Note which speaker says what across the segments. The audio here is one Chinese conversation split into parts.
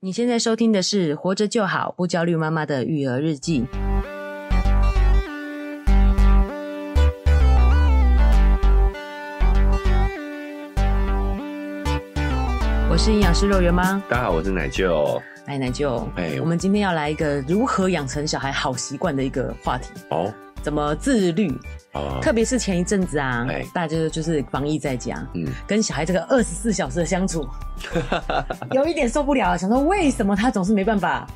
Speaker 1: 你现在收听的是《活着就好不焦虑妈妈的育儿日记》。我是营养师肉圆妈，
Speaker 2: 大家好，我是奶舅。
Speaker 1: 哎，奶舅，
Speaker 2: 哎
Speaker 1: 我们今天要来一个如何养成小孩好习惯的一个话题，
Speaker 2: 哦，
Speaker 1: 怎么自律？
Speaker 2: 啊、
Speaker 1: 特别是前一阵子啊
Speaker 2: 哎，
Speaker 1: 大家就是防疫在家，
Speaker 2: 嗯，
Speaker 1: 跟小孩这个二十四小时的相 处，有一点受不了，想说为什么他总是没办法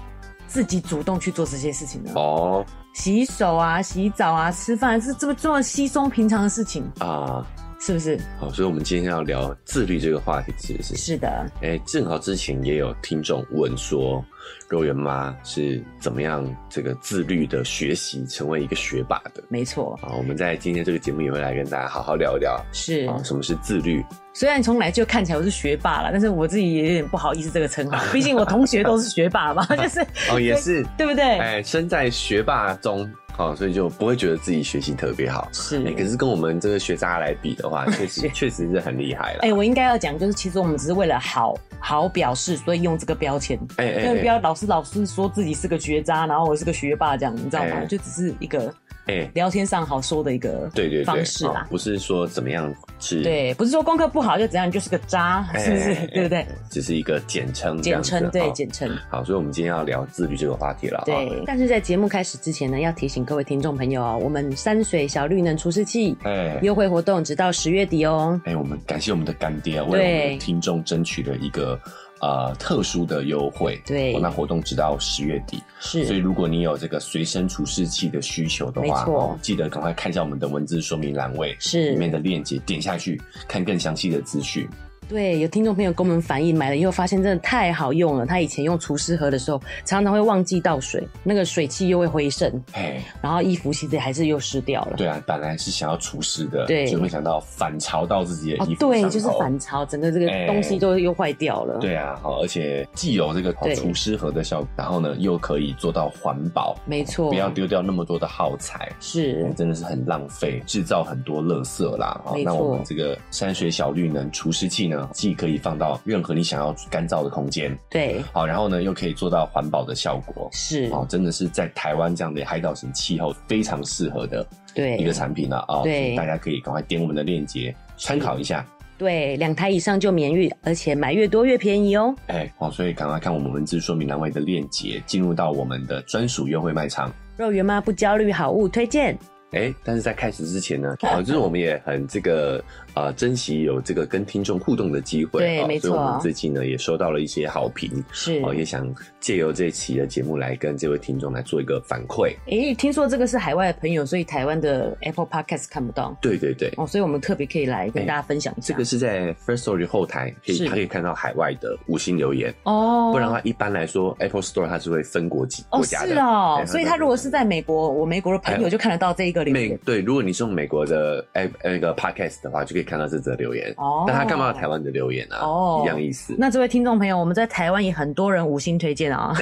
Speaker 1: 自己主动去做这些事情呢？
Speaker 2: 哦，
Speaker 1: 洗手啊、洗澡啊、吃饭，是这么这么稀松平常的事情，
Speaker 2: 啊，
Speaker 1: 是不是？
Speaker 2: 好，所以我们今天要聊自律这个话题，是不是？
Speaker 1: 是的，
Speaker 2: 哎、正好之前也有听众问说，肉圆妈是怎么样这个自律的学习，成为一个学霸的。
Speaker 1: 没错，
Speaker 2: 啊，我们在今天这个节目也会来跟大家好好聊一聊
Speaker 1: 是。
Speaker 2: 啊，什么是自律？
Speaker 1: 虽然从来就看起来我是学霸了，但是我自己也有点不好意思这个称号， 毕竟我同学都是学霸嘛，就是
Speaker 2: 哦，也是，
Speaker 1: 对不对？
Speaker 2: 哎、身在学霸中，好、所以就不会觉得自己学习特别好。
Speaker 1: 是
Speaker 2: 哎、。可是跟我们这个学渣来比的话，确
Speaker 1: 是
Speaker 2: 实确实是很厉害了。
Speaker 1: 哎、我应该要讲，就是其实我们只是为了好好表示，所以用这个标签。
Speaker 2: 哎哎
Speaker 1: 因为不要老是老是说自己是个学渣，然后我是个学霸这样，你知道吗？
Speaker 2: 哎
Speaker 1: 就只是一个
Speaker 2: 哎、哎
Speaker 1: 聊天上好说的一个
Speaker 2: 对对对，
Speaker 1: 方式
Speaker 2: 哦
Speaker 1: 啦。
Speaker 2: 不是说怎么样是，
Speaker 1: 对，不是说功课不好就怎样，你就是个渣，
Speaker 2: 哎，
Speaker 1: 是不是？
Speaker 2: 哎
Speaker 1: 对不？对
Speaker 2: 哎？只是一个简称这
Speaker 1: 简
Speaker 2: 样子，
Speaker 1: 称对，
Speaker 2: 哦
Speaker 1: 简称。
Speaker 2: 好，所以我们今天要聊自律这个话题了。哦，
Speaker 1: 对，但是在节目开始之前呢，要提醒各位听众朋友哦，我们山水小绿能除湿器
Speaker 2: 哎
Speaker 1: 优惠活动直到十月底哦。
Speaker 2: 哎，我们感谢我们的干爹啊为我
Speaker 1: 对
Speaker 2: 们的听众争取了一个呃特殊的优惠，
Speaker 1: 对
Speaker 2: 哦那活动直到十月底。所以
Speaker 1: 是，
Speaker 2: 如果你有这个随身除湿器的需求的话，
Speaker 1: 没
Speaker 2: 哦
Speaker 1: 错
Speaker 2: 记得赶快看一下我们的文字说明栏位
Speaker 1: 是
Speaker 2: 里面的链接，点下去看更详细的资讯。
Speaker 1: 对，有听众朋友跟我们反映，买了以后发现真的太好用了。他以前用除湿盒的时候，常常会忘记倒水，那个水汽又会回渗，
Speaker 2: 哎，
Speaker 1: 然后衣服其实还是又湿掉了。
Speaker 2: 对啊，本来是想要除湿的，
Speaker 1: 对
Speaker 2: 所以没想到反潮到自己的
Speaker 1: 哦
Speaker 2: 衣，服
Speaker 1: 对，
Speaker 2: 上
Speaker 1: 就是
Speaker 2: 头
Speaker 1: 反潮，整个这个
Speaker 2: 哎
Speaker 1: 东西都又坏掉了。
Speaker 2: 对啊，好，而且既有这个
Speaker 1: 对
Speaker 2: 除湿盒的效果，然后呢又可以做到环保，
Speaker 1: 没错
Speaker 2: 不，要丢嗯掉那么多的耗材。
Speaker 1: 是
Speaker 2: 真的是很浪费，制造很多垃圾啦。哦
Speaker 1: 没错
Speaker 2: 那我们这个山水小绿能除湿器呢，既可以放到任何你想要干燥的空间，
Speaker 1: 对，
Speaker 2: 好，然后呢又可以做到环保的效果。
Speaker 1: 是，
Speaker 2: 哦，真的是在台湾这样的海岛型气候非常适合的一
Speaker 1: 对
Speaker 2: 个，产品了啊！哦
Speaker 1: 对
Speaker 2: 所以大家可以赶快点我们的链接参考一下。
Speaker 1: 对，两台以上就免运，而且买越多越便宜哦。
Speaker 2: 哎，哦，所以赶快看我们文字说明栏位的链接，进入到我们的专属优惠卖场。
Speaker 1: 肉圆妈不焦虑好物推荐，
Speaker 2: 哎，但是在开始 之前呢，啊、就是我们也很这个呃，珍惜有这个跟听众互动的机会，
Speaker 1: 对
Speaker 2: 啊
Speaker 1: 没错
Speaker 2: 所以我们最近呢也收到了一些好评，
Speaker 1: 是。
Speaker 2: 哦，也想借由这期的节目来跟这位听众来做一个反馈。
Speaker 1: 诶，听说这个是海外的朋友，所以台湾的 Apple Podcast 看不到
Speaker 2: 对对对，
Speaker 1: 哦，所以我们特别可以来跟
Speaker 2: 哎
Speaker 1: 大家分享一下。
Speaker 2: 这个是在 First Story 后台，可
Speaker 1: 是
Speaker 2: 以他可以看到海外的五星留言，
Speaker 1: 哦，
Speaker 2: 不然的话一般来说 Apple Store 它是会分国籍
Speaker 1: 哦
Speaker 2: 国家的。
Speaker 1: 是哦
Speaker 2: 哎，
Speaker 1: 所以他如果是在美国，我美国的朋友
Speaker 2: 哎
Speaker 1: 就看得到这一个留
Speaker 2: 美
Speaker 1: 言。
Speaker 2: 对，如果你是用美国的 app 那个 podcast 的话，就可以看到这则留言。
Speaker 1: 哦
Speaker 2: 那他干嘛要台湾的留言啊？
Speaker 1: 哦
Speaker 2: 一样意思。
Speaker 1: 那这位听众朋友，我们在台湾也很多人五星推荐 啊，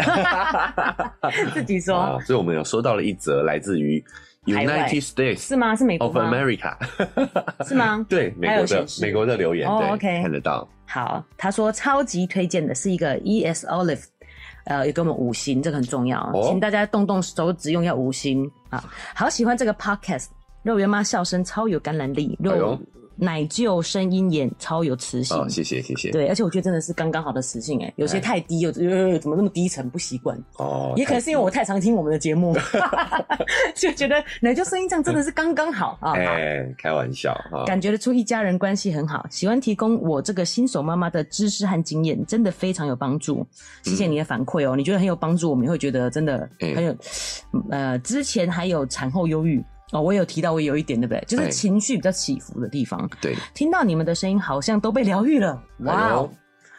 Speaker 1: 自己说
Speaker 2: 啊，所以我们有收到了一则来自于
Speaker 1: 海外
Speaker 2: United States
Speaker 1: 是吗？是美国
Speaker 2: of
Speaker 1: 吗？
Speaker 2: 哦 America，
Speaker 1: 是吗
Speaker 2: 对，美
Speaker 1: 还有
Speaker 2: 国
Speaker 1: 显
Speaker 2: 的
Speaker 1: 示
Speaker 2: 美国的留言，
Speaker 1: 哦
Speaker 2: 对
Speaker 1: OK
Speaker 2: 看得到。
Speaker 1: 好，他说超级推荐的是一个 E.S. Olive，呃，有给我们五星，这个很重要，
Speaker 2: 哦
Speaker 1: 请大家动动手指用要五星啊！好喜欢这个 Podcast，肉圆妈笑声超有感染力，
Speaker 2: 哎
Speaker 1: 肉、
Speaker 2: 呦
Speaker 1: 奶舅声音眼超有磁性。
Speaker 2: 哦，谢谢谢谢。
Speaker 1: 对，而且我觉得真的是刚刚好的磁性哎、有些
Speaker 2: 哎
Speaker 1: 太低，有、呃、怎么那么低沉不习惯，
Speaker 2: 哦，
Speaker 1: 也可能是因为我太常听我们的节 目，就觉得奶舅声音这样真的是刚刚好啊。
Speaker 2: 哎，开玩笑哈。
Speaker 1: 感觉得出一家人关系很好，喜欢提供我这个新手妈妈的知识和经验，真的非常有帮助。谢谢你的反馈哦，你觉得很有帮助，我们也会觉得真的
Speaker 2: 嗯
Speaker 1: 很有。呃，之前还有产后忧郁哦，我也有提到我有一点，对不对？就是
Speaker 2: 哎
Speaker 1: 情绪比较起伏的地方，
Speaker 2: 对，
Speaker 1: 听到你们的声音，好像都被疗愈了，哇、
Speaker 2: 哎
Speaker 1: 哦
Speaker 2: 呦！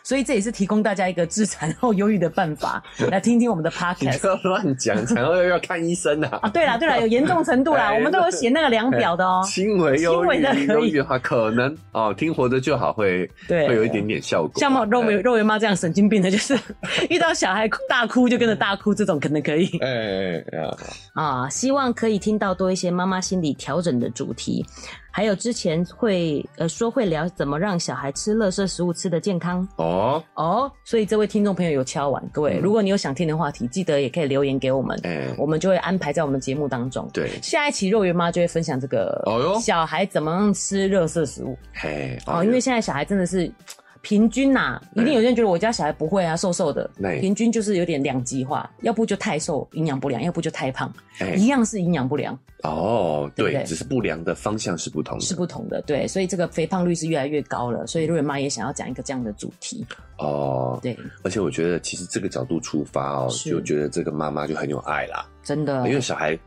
Speaker 1: 所以这也是提供大家一个治产后忧郁的办 法，来听听我们的
Speaker 2: 你
Speaker 1: podcast
Speaker 2: 不要 乱讲，然后又要看医生
Speaker 1: 啊。
Speaker 2: 啊。
Speaker 1: 对啦对啦，有严重程度啦，
Speaker 2: 哎
Speaker 1: 我们都有写那个量表的哦。
Speaker 2: 轻微忧
Speaker 1: 轻微
Speaker 2: 郁
Speaker 1: 的可以，
Speaker 2: 忧郁的话，可能哦，听活着就好会，
Speaker 1: 对
Speaker 2: 会有一点点效果啊。
Speaker 1: 像我肉
Speaker 2: 哎
Speaker 1: 圆肉圆妈这样神经病的，就是 遇到小孩大哭就跟着大哭，这种可能可以
Speaker 2: 哎哎哎，啊
Speaker 1: 啊。希望可以听到多一些妈妈心理调整的主题，还有之前会呃说会聊怎么让小孩吃垃圾食物吃得健康
Speaker 2: 哦，
Speaker 1: 哦，所以这位听众朋友有敲完，各位，
Speaker 2: 嗯
Speaker 1: 如果你有想听的话题，记得也可以留言给我们，
Speaker 2: 哎、
Speaker 1: 我们就会安排在我们节目当中。
Speaker 2: 对，
Speaker 1: 下一期肉圆妈就会分享这个
Speaker 2: 哦哟
Speaker 1: 小孩怎么样吃热色食物
Speaker 2: 嘿，
Speaker 1: 哦，因为现在小孩真的是平均呐、
Speaker 2: 哎
Speaker 1: 一定有些人觉得我家小孩不会啊，瘦瘦的
Speaker 2: 对，
Speaker 1: 平均就是有点两极化，要不就太瘦营养不良，要不就太胖，
Speaker 2: 哎
Speaker 1: 一样是营养不良
Speaker 2: 哦，
Speaker 1: 对不
Speaker 2: 对，
Speaker 1: 对
Speaker 2: 只是不良的方向是不同的
Speaker 1: 是不同的，对，所以这个肥胖率是越来越高了，所以肉圆妈也想要讲一个这样的主题，
Speaker 2: 哦。
Speaker 1: 对，
Speaker 2: 而且我觉得，其实这个角度出发哦，
Speaker 1: 是哦
Speaker 2: 就觉得这个妈妈就很有爱啦。
Speaker 1: 真的
Speaker 2: 哎因，为小孩，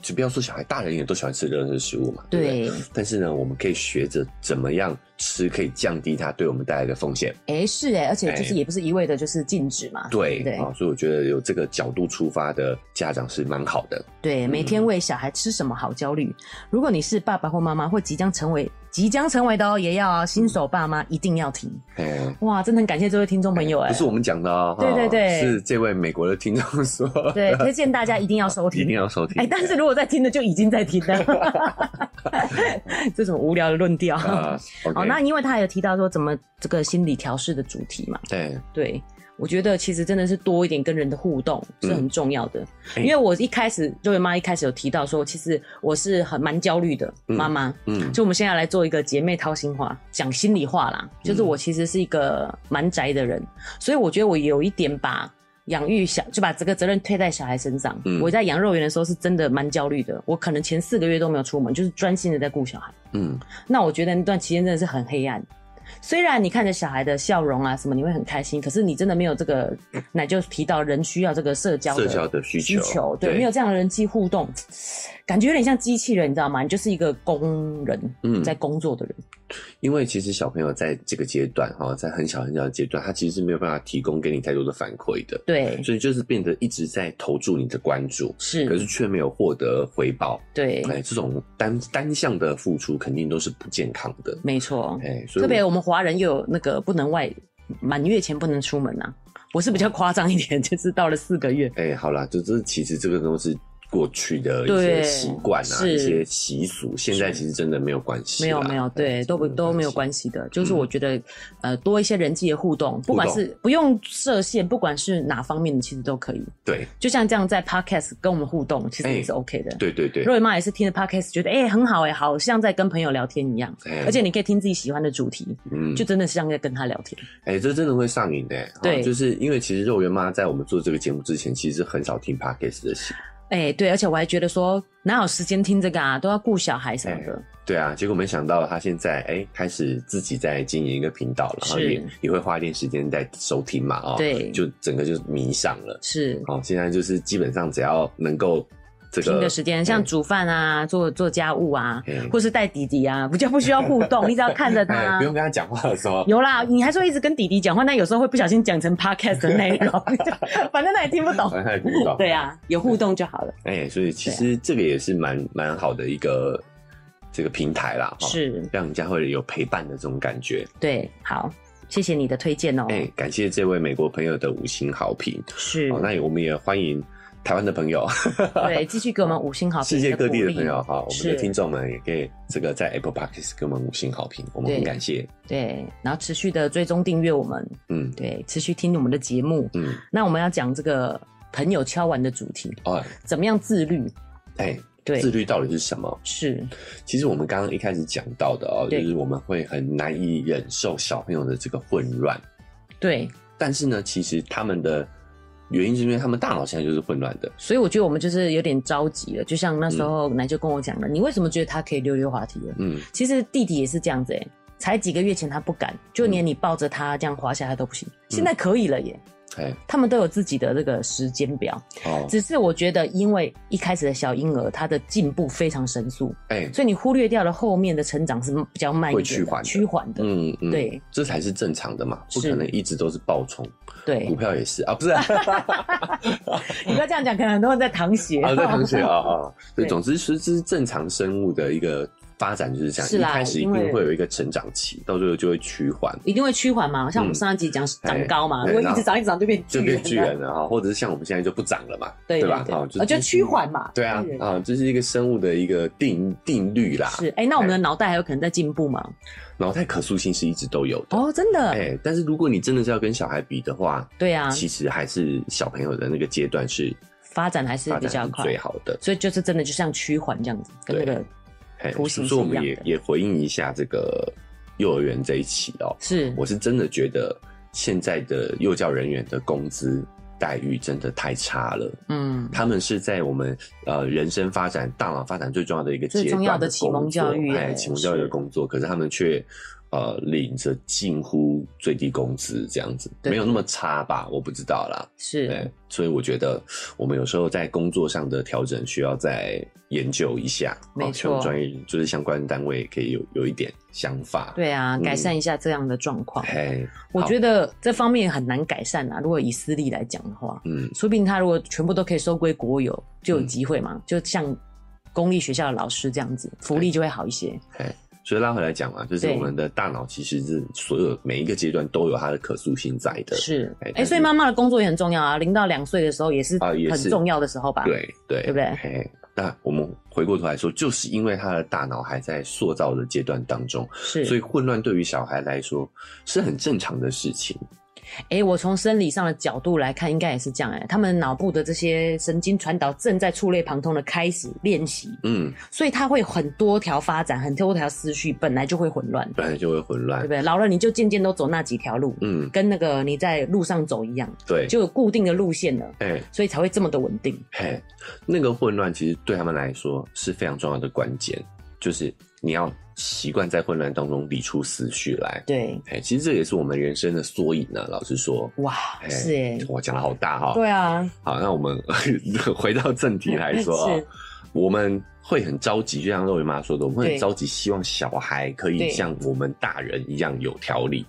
Speaker 2: 就不要说小孩，大人也都喜欢吃热食食物嘛。对不对。
Speaker 1: 对，
Speaker 2: 但是呢，我们可以学着怎么样吃，可以降低它对我们带来的风险。
Speaker 1: 哎是哎，而且就是
Speaker 2: 哎
Speaker 1: 也不是一味的就是禁止嘛，
Speaker 2: 对
Speaker 1: 对
Speaker 2: 啊、所以我觉得有这个角度出发的家长是蛮好的。
Speaker 1: 对，每天喂小孩吃什么好焦虑。如果你是爸爸或妈妈，或即将成为即将成为的哦，也要啊，新手爸妈一定要听。
Speaker 2: 哎，
Speaker 1: 哇，真的很感谢这位听众朋友哎、
Speaker 2: 不是我们讲的哦，
Speaker 1: 对对对
Speaker 2: 哦是这位美国的听众说，
Speaker 1: 对，推荐大家一定要收听，
Speaker 2: 一定要收听。
Speaker 1: 哎、但是如果在听的就已经在听了， 这什么无聊的论调？
Speaker 2: 啊，
Speaker 1: 哦，那因为他有提到说怎么这个心理调试的主题嘛，
Speaker 2: 对，
Speaker 1: 对，我觉得其实真的是多一点跟人的互动是很重要的，
Speaker 2: 嗯
Speaker 1: 因为我一开始肉圆妈一开始有提到说，其实我是很蛮焦虑的妈妈，
Speaker 2: 嗯，
Speaker 1: 所以我们现在来做一个姐妹掏心话，讲心里话啦，就是
Speaker 2: 嗯
Speaker 1: 我其实是一个蛮宅的人，所以我觉得我有一点把。养育小就把这个责任推在小孩身上。
Speaker 2: 嗯
Speaker 1: 我在养肉圆的时候是真的蛮焦虑的，我可能前四个月都没有出门，就是专心的在顾小孩。
Speaker 2: 嗯，
Speaker 1: 那我觉得那段期间真的是很黑暗。虽然你看着小孩的笑容啊什么，你会很开心，可是你真的没有这个，奶就提到人需要这个社交
Speaker 2: 社交的需求，
Speaker 1: 对，没有这样的人际互动，感觉有点像机器人，你知道吗？你就是一个工人，
Speaker 2: 嗯
Speaker 1: 在工作的人，
Speaker 2: 因为其实小朋友在这个阶段哈，在很小很小的阶段，他其实是没有办法提供给你太多的反馈的，
Speaker 1: 对，
Speaker 2: 所以就是变得一直在投注你的关注，可
Speaker 1: 是，
Speaker 2: 是却没有获得回报。
Speaker 1: 对，
Speaker 2: 哎，这种单单向的付出肯定都是不健康的。
Speaker 1: 没错。
Speaker 2: 哎，所以
Speaker 1: 特别
Speaker 2: 我
Speaker 1: 我们华人又有那个不能外满月前不能出门啊，我是比较夸张一点，就是到了四个月，
Speaker 2: 哎，好啦，就这其实这个都是。过去的一
Speaker 1: 对
Speaker 2: 些习惯啊，
Speaker 1: 是
Speaker 2: 一些习俗，现在其实真的没有关系啦。哎
Speaker 1: 没有没有，对，都不都没有
Speaker 2: 系。
Speaker 1: 关系的。就是我觉得，呃，多一些人际的互动，不管
Speaker 2: 嗯互动
Speaker 1: 是不用设限，不管是哪方面的，其实都可以。
Speaker 2: 对
Speaker 1: 就像这样在 podcast 跟我们互动，其实也是
Speaker 2: 哎
Speaker 1: OK 的。
Speaker 2: 对对对，
Speaker 1: 若雨妈也是听了 podcast 觉得，哎、很好哎、好像在跟朋友聊天一样，
Speaker 2: 哎
Speaker 1: 而且你可以听自己喜欢的主题，
Speaker 2: 嗯
Speaker 1: 就，真的是像在跟他聊天。
Speaker 2: 哎、这真的会上瘾的、欸。
Speaker 1: 对
Speaker 2: 哦就是因为其实肉圆妈在我们做这个节目之前，其实很少听 podcast 的戏。
Speaker 1: 哎、对，而且我还觉得说，哪有时间听这个啊，都要顾小孩什么的。
Speaker 2: 对啊，结果没想到她现在哎、开始自己在经营一个频道了，然后
Speaker 1: 是
Speaker 2: 也也会花一点时间在收听嘛，哦，
Speaker 1: 对
Speaker 2: 就整个就迷上了。
Speaker 1: 是。
Speaker 2: 哦，现在就是基本上只要能够这个
Speaker 1: 拼的时间，像煮饭啊、做做家务啊
Speaker 2: 哎，
Speaker 1: 或是带弟弟啊，比较不需要互动，你只要看着
Speaker 2: 哎、哎
Speaker 1: 他啊
Speaker 2: 不。用跟她讲话的时候，
Speaker 1: 有啦，你还说一直跟弟弟讲话，那有时候会不小心讲成 podcast 的内 容， 反正他也听不懂。
Speaker 2: 反正她也听不懂。
Speaker 1: 对，啊，有互动就好了。
Speaker 2: 哎、所以其实这个也是蛮蛮好的一个这个平台啦，哦，
Speaker 1: 是，
Speaker 2: 让人家会有陪伴的这种感觉。
Speaker 1: 对，好，谢谢你的推荐哦。
Speaker 2: 哎、感谢这位美国朋友的五星好评。哦
Speaker 1: 是
Speaker 2: 好，，那也我们也欢迎台湾的朋友，
Speaker 1: 对，继续给我们五星好评，
Speaker 2: 世界各地的朋友哈，我们
Speaker 1: 是
Speaker 2: 的听众们也可以这个在 Apple Podcast 给我们五星好评，我们
Speaker 1: 对
Speaker 2: 很感谢。
Speaker 1: 对，然后持续的追踪订阅我们，
Speaker 2: 嗯
Speaker 1: 对，持续听我们的节目。
Speaker 2: 嗯，
Speaker 1: 那我们要讲这个朋友敲完的主题，
Speaker 2: 哦，
Speaker 1: 怎么样自律？
Speaker 2: 哎、
Speaker 1: 对
Speaker 2: 自，律到底是什么？
Speaker 1: 是，
Speaker 2: 其实我们刚刚一开始讲到的哦，就
Speaker 1: 对
Speaker 2: 是我们会很难以忍受小朋友的这个混乱，
Speaker 1: 对，
Speaker 2: 但是呢，其实他们的原因是因为他们大脑现在就是混乱的。
Speaker 1: 所以我觉得我们就是有点着急了。就像那时候奶就跟我讲了，你为什么觉得他可以溜溜滑梯了？
Speaker 2: 嗯，
Speaker 1: 其实弟弟也是这样子哎、才几个月前他不敢，就连你抱着他这样滑下来都不
Speaker 2: 嗯
Speaker 1: 行，现在可以了耶。
Speaker 2: 哎、
Speaker 1: 他们都有自己的这个时间表，
Speaker 2: 哦，
Speaker 1: 只是我觉得，因为一开始的小婴儿他的进步非常神速，
Speaker 2: 哎、
Speaker 1: 所以你忽略掉了后面的成长是比较慢一点
Speaker 2: 会趋缓的
Speaker 1: 趋缓的。
Speaker 2: 嗯嗯，
Speaker 1: 对，
Speaker 2: 这才是正常的嘛，不
Speaker 1: 是
Speaker 2: 可能一直都是爆冲。股
Speaker 1: 对，
Speaker 2: 票也是啊，不 是啊，
Speaker 1: 你 不要这
Speaker 2: 哦
Speaker 1: 样讲，可能很多人在淌血。
Speaker 2: 啊在淌血啊啊，对，
Speaker 1: 对
Speaker 2: 总之是这是正常生物的一个发展就是这样，
Speaker 1: 是
Speaker 2: 一
Speaker 1: 啦
Speaker 2: 开始一定
Speaker 1: 因为
Speaker 2: 会有一个成长期，到最后就会趋缓，
Speaker 1: 一定会趋缓嘛。像我们上一集讲长高嘛，
Speaker 2: 嗯对
Speaker 1: 如果
Speaker 2: 然
Speaker 1: 一
Speaker 2: 后
Speaker 1: 直长一直长就变
Speaker 2: 就
Speaker 1: 巨
Speaker 2: 变
Speaker 1: 人，啊
Speaker 2: 巨人了哈，哦或者是像我们现在就不长了嘛，
Speaker 1: 对
Speaker 2: 吧？啊，
Speaker 1: 对，就趋。缓嘛。
Speaker 2: 对啊
Speaker 1: 巨，人
Speaker 2: 啊，这是一个生物的一个定定律啦。
Speaker 1: 是，哎，那我们的脑袋还有可能在进步吗？
Speaker 2: 脑袋可塑性是一直都有的。
Speaker 1: 哦，真的，
Speaker 2: 哎、但是如果你真的是要跟小孩比的话，
Speaker 1: 对啊，
Speaker 2: 其实还是小朋友的那个阶段是
Speaker 1: 发展还是
Speaker 2: 发
Speaker 1: 比较
Speaker 2: 展
Speaker 1: 快
Speaker 2: 最，好的。
Speaker 1: 所以就是真的就像趋缓这样子，跟那个
Speaker 2: 对哎，
Speaker 1: 图形
Speaker 2: 所以
Speaker 1: 是
Speaker 2: 我
Speaker 1: 一
Speaker 2: 们
Speaker 1: 样
Speaker 2: 也
Speaker 1: 的，
Speaker 2: 也回应一下这个幼儿园这一期哦，
Speaker 1: 是
Speaker 2: 我是真的觉得现在的幼教人员的工资待遇真的太差了。
Speaker 1: 嗯，
Speaker 2: 他们是在我们呃人生发展、大脑发展最重要的一个
Speaker 1: 最
Speaker 2: 阶
Speaker 1: 重
Speaker 2: 段
Speaker 1: 要的
Speaker 2: 的
Speaker 1: 启蒙
Speaker 2: 工
Speaker 1: 教
Speaker 2: 作
Speaker 1: 育
Speaker 2: 哎，
Speaker 1: 耶
Speaker 2: 启蒙教育的
Speaker 1: 是
Speaker 2: 工作，可是他们却呃领着近乎最低工资这样子，
Speaker 1: 对
Speaker 2: 没有那么差吧？我不知道啦，对
Speaker 1: 是，，
Speaker 2: 所以我觉得我们有时候在工作上的调整需要再研究一下，
Speaker 1: 没
Speaker 2: 哦希望
Speaker 1: 错
Speaker 2: 专业就是相关单位可以有有一点想法，，
Speaker 1: 对啊，
Speaker 2: 嗯
Speaker 1: 改善一下这样的状况。
Speaker 2: 哎，
Speaker 1: 我
Speaker 2: 好
Speaker 1: 觉得这方面很难改善啊。如果以私立来讲的话，
Speaker 2: 嗯，
Speaker 1: 说不定他如果全部都可以收归国有，就有
Speaker 2: 嗯
Speaker 1: 机会嘛。就像公立学校的老师这样子，福利就会好一些。
Speaker 2: 所以拉回来讲嘛，就是
Speaker 1: 对
Speaker 2: 我们的大脑其实是所有每一个阶段都有它的可塑性在的，
Speaker 1: 是
Speaker 2: 哎，
Speaker 1: 哎，
Speaker 2: 但
Speaker 1: 所以
Speaker 2: 是
Speaker 1: 妈妈的工作也很重要啊。零到两岁的时候也是
Speaker 2: 啊也
Speaker 1: 很
Speaker 2: 是
Speaker 1: 重要的时候吧？，
Speaker 2: 对对，
Speaker 1: 对不对
Speaker 2: 嘿，那我们回过头来说，就是因为他的大脑还在塑造的阶段当中，
Speaker 1: 是。
Speaker 2: 所以混乱对于小孩来说是很正常的事情。
Speaker 1: 哎，我从生理上的角度来看，应该也是这样哎。他们脑部的这些神经传导正在触类旁通的开始练习，
Speaker 2: 嗯，
Speaker 1: 所以它会有很多条发展，很多条思绪，本来就会混乱，
Speaker 2: 本来就会混
Speaker 1: 对
Speaker 2: 乱
Speaker 1: 不。对？老了你就渐渐都走那几条路，
Speaker 2: 嗯，
Speaker 1: 跟那个你在路上走一样，
Speaker 2: 对，
Speaker 1: 就有固定的路线了，
Speaker 2: 哎
Speaker 1: 所以才会这么的稳定。
Speaker 2: 嘿，那个混乱其实对他们来说是非常重要的关键，就是你要习惯在混乱当中理出思绪来。
Speaker 1: 对，
Speaker 2: 哎，其实这也是我们人生的缩影啊。老实说，
Speaker 1: 哇，
Speaker 2: 哎
Speaker 1: 是哎，
Speaker 2: 我讲的好大哈、
Speaker 1: 对啊，
Speaker 2: 好，那我们 回到正题来说 啊
Speaker 1: 是，
Speaker 2: 我们会很着急，就像肉圆妈说的，我们会
Speaker 1: 对
Speaker 2: 很着急，希望小孩可以
Speaker 1: 对
Speaker 2: 像我们大人一样有条理，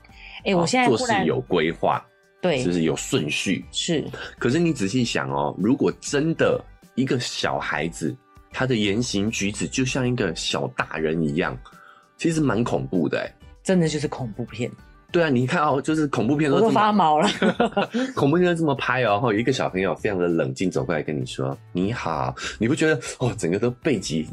Speaker 1: 哎，我
Speaker 2: 啊
Speaker 1: 现在
Speaker 2: 做
Speaker 1: 忽
Speaker 2: 事
Speaker 1: 然
Speaker 2: 有规划，
Speaker 1: 对
Speaker 2: 就是有顺序。
Speaker 1: 是
Speaker 2: 可是你仔细想哦，如果真的一个小孩子，他的言行举止就像一个小大人一样，其实蛮恐怖的哎。
Speaker 1: 真的就是恐怖片，
Speaker 2: 对啊，你看哦，就是恐怖片都
Speaker 1: 我都
Speaker 2: 这么
Speaker 1: 发毛了。
Speaker 2: 恐怖片这么拍哦，然后有一个小朋友非常的冷静走过来跟你说：“你好。”你不觉得哦，整个都背脊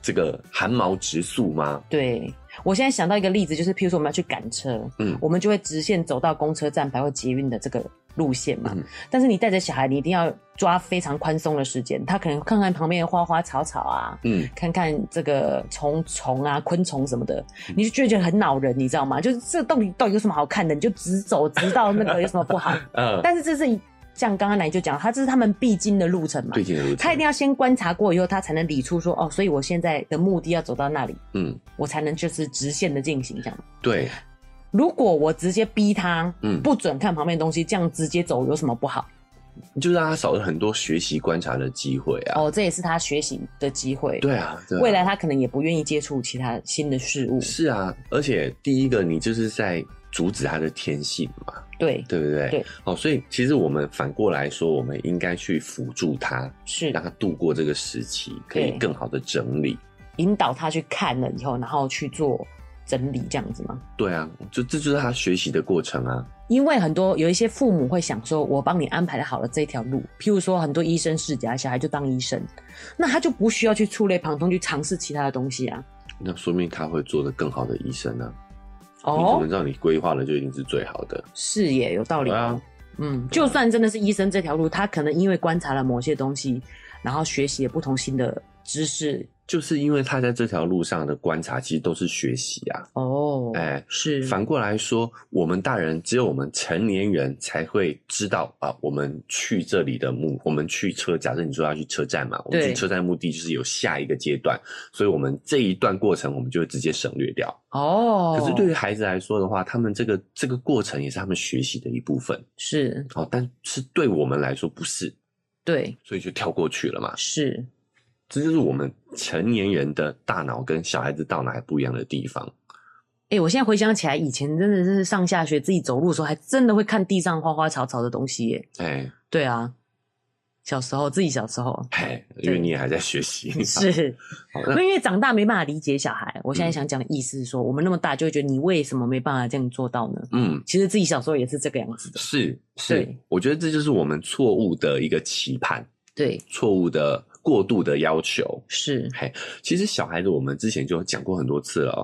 Speaker 2: 这个汗毛直竖吗？
Speaker 1: 对我现在想到一个例子，就是譬如说我们要去赶车，
Speaker 2: 嗯
Speaker 1: 我们就会直线走到公车站牌或捷运的这个路线嘛。
Speaker 2: 嗯
Speaker 1: 但是你带着小孩，你一定要抓非常宽松的时间，他可能看看旁边的花花草草啊。
Speaker 2: 嗯，
Speaker 1: 看看这个虫虫啊、昆虫什么的，
Speaker 2: 嗯
Speaker 1: 你就觉得很恼人，你知道吗？就是这到底到底有什么好看的？你就直走直到那个有什么不好？
Speaker 2: 呃，
Speaker 1: 但是这是一像刚刚来就讲，他这是他们必经的路程嘛
Speaker 2: 最，近如此，
Speaker 1: 他一定要先观察过以后，他才能理出说哦，所以我现在的目的要走到那里，
Speaker 2: 嗯，
Speaker 1: 我才能就是直线的进行这样。
Speaker 2: 对，
Speaker 1: 如果我直接逼他，
Speaker 2: 嗯
Speaker 1: 不准看旁边的东西，这样直接走有什么不好？
Speaker 2: 就让他少了很多学习观察的机会啊。
Speaker 1: 哦，这也是他学习的机会。、
Speaker 2: 对啊，对啊
Speaker 1: 未来他可能也不愿意接触其他新的事物。
Speaker 2: 是啊，而且第一个你就是在阻止他的天性嘛，
Speaker 1: 对，
Speaker 2: 对不对？
Speaker 1: 对，
Speaker 2: 哦，所以其实我们反过来说，我们应该去辅助他，
Speaker 1: 是
Speaker 2: 让他度过这个时期，可以
Speaker 1: 对
Speaker 2: 更好的整理。
Speaker 1: 引导他去看了以后，然后去做整理这样子吗？
Speaker 2: 对啊，就这就是他学习的过程啊。
Speaker 1: 因为很多有一些父母会想说，我帮你安排好了这条路，譬如说很多医生世家小孩就当医生，那他就不需要去触类旁通去尝试其他的东西啊。
Speaker 2: 那说明他会做得更好的医生呢、啊。你怎么
Speaker 1: 哦，
Speaker 2: 知道你规划的就一定是最好的？
Speaker 1: 是也有道理
Speaker 2: 对
Speaker 1: 哦。
Speaker 2: 啊，
Speaker 1: 嗯，就算真的是医生这条路，他可能因为观察了某些东西，然后学习了不同新的知识。
Speaker 2: 就是因为他在这条路上的观察，其实都是学习啊。
Speaker 1: 哦，
Speaker 2: 哎
Speaker 1: 是
Speaker 2: 反过来说，我们大人只有我们成年人才会知道啊，我们去这里的目，我们去车，假设你说要去车站嘛，我们
Speaker 1: 对
Speaker 2: 去车站目的就是有下一个阶段，所以我们这一段过程我们就会直接省略掉。
Speaker 1: 哦，
Speaker 2: 可是对于孩子来说的话，他们这个这个过程也是他们学习的一部分。
Speaker 1: 是，
Speaker 2: 哦，但是对我们来说不是，
Speaker 1: 对
Speaker 2: 所以就跳过去了嘛。
Speaker 1: 是，
Speaker 2: 这就是我们成年人的大脑跟小孩子大脑还不一样的地方。
Speaker 1: 哎、我现在回想起来，以前真的是上下学自己走路的时候，还真的会看地上花花草草的东西耶。
Speaker 2: 哎，
Speaker 1: 对啊，小时候自己小时候
Speaker 2: 嘿，因为你也还在学习。
Speaker 1: 嗯是，
Speaker 2: 啊好，嗯
Speaker 1: 因
Speaker 2: 那
Speaker 1: 为长大没办法理解小孩。我现在想讲的意思是说，我们那么大就会觉得你为什么没办法这样做到呢？
Speaker 2: 嗯，
Speaker 1: 其实自己小时候也是这个样子的。
Speaker 2: 是是
Speaker 1: 对，
Speaker 2: 我觉得这就是我们错误的一个期盼，
Speaker 1: 对，
Speaker 2: 错误的过度的要求。
Speaker 1: 是，
Speaker 2: 其实小孩子我们之前就讲过很多次了、哦，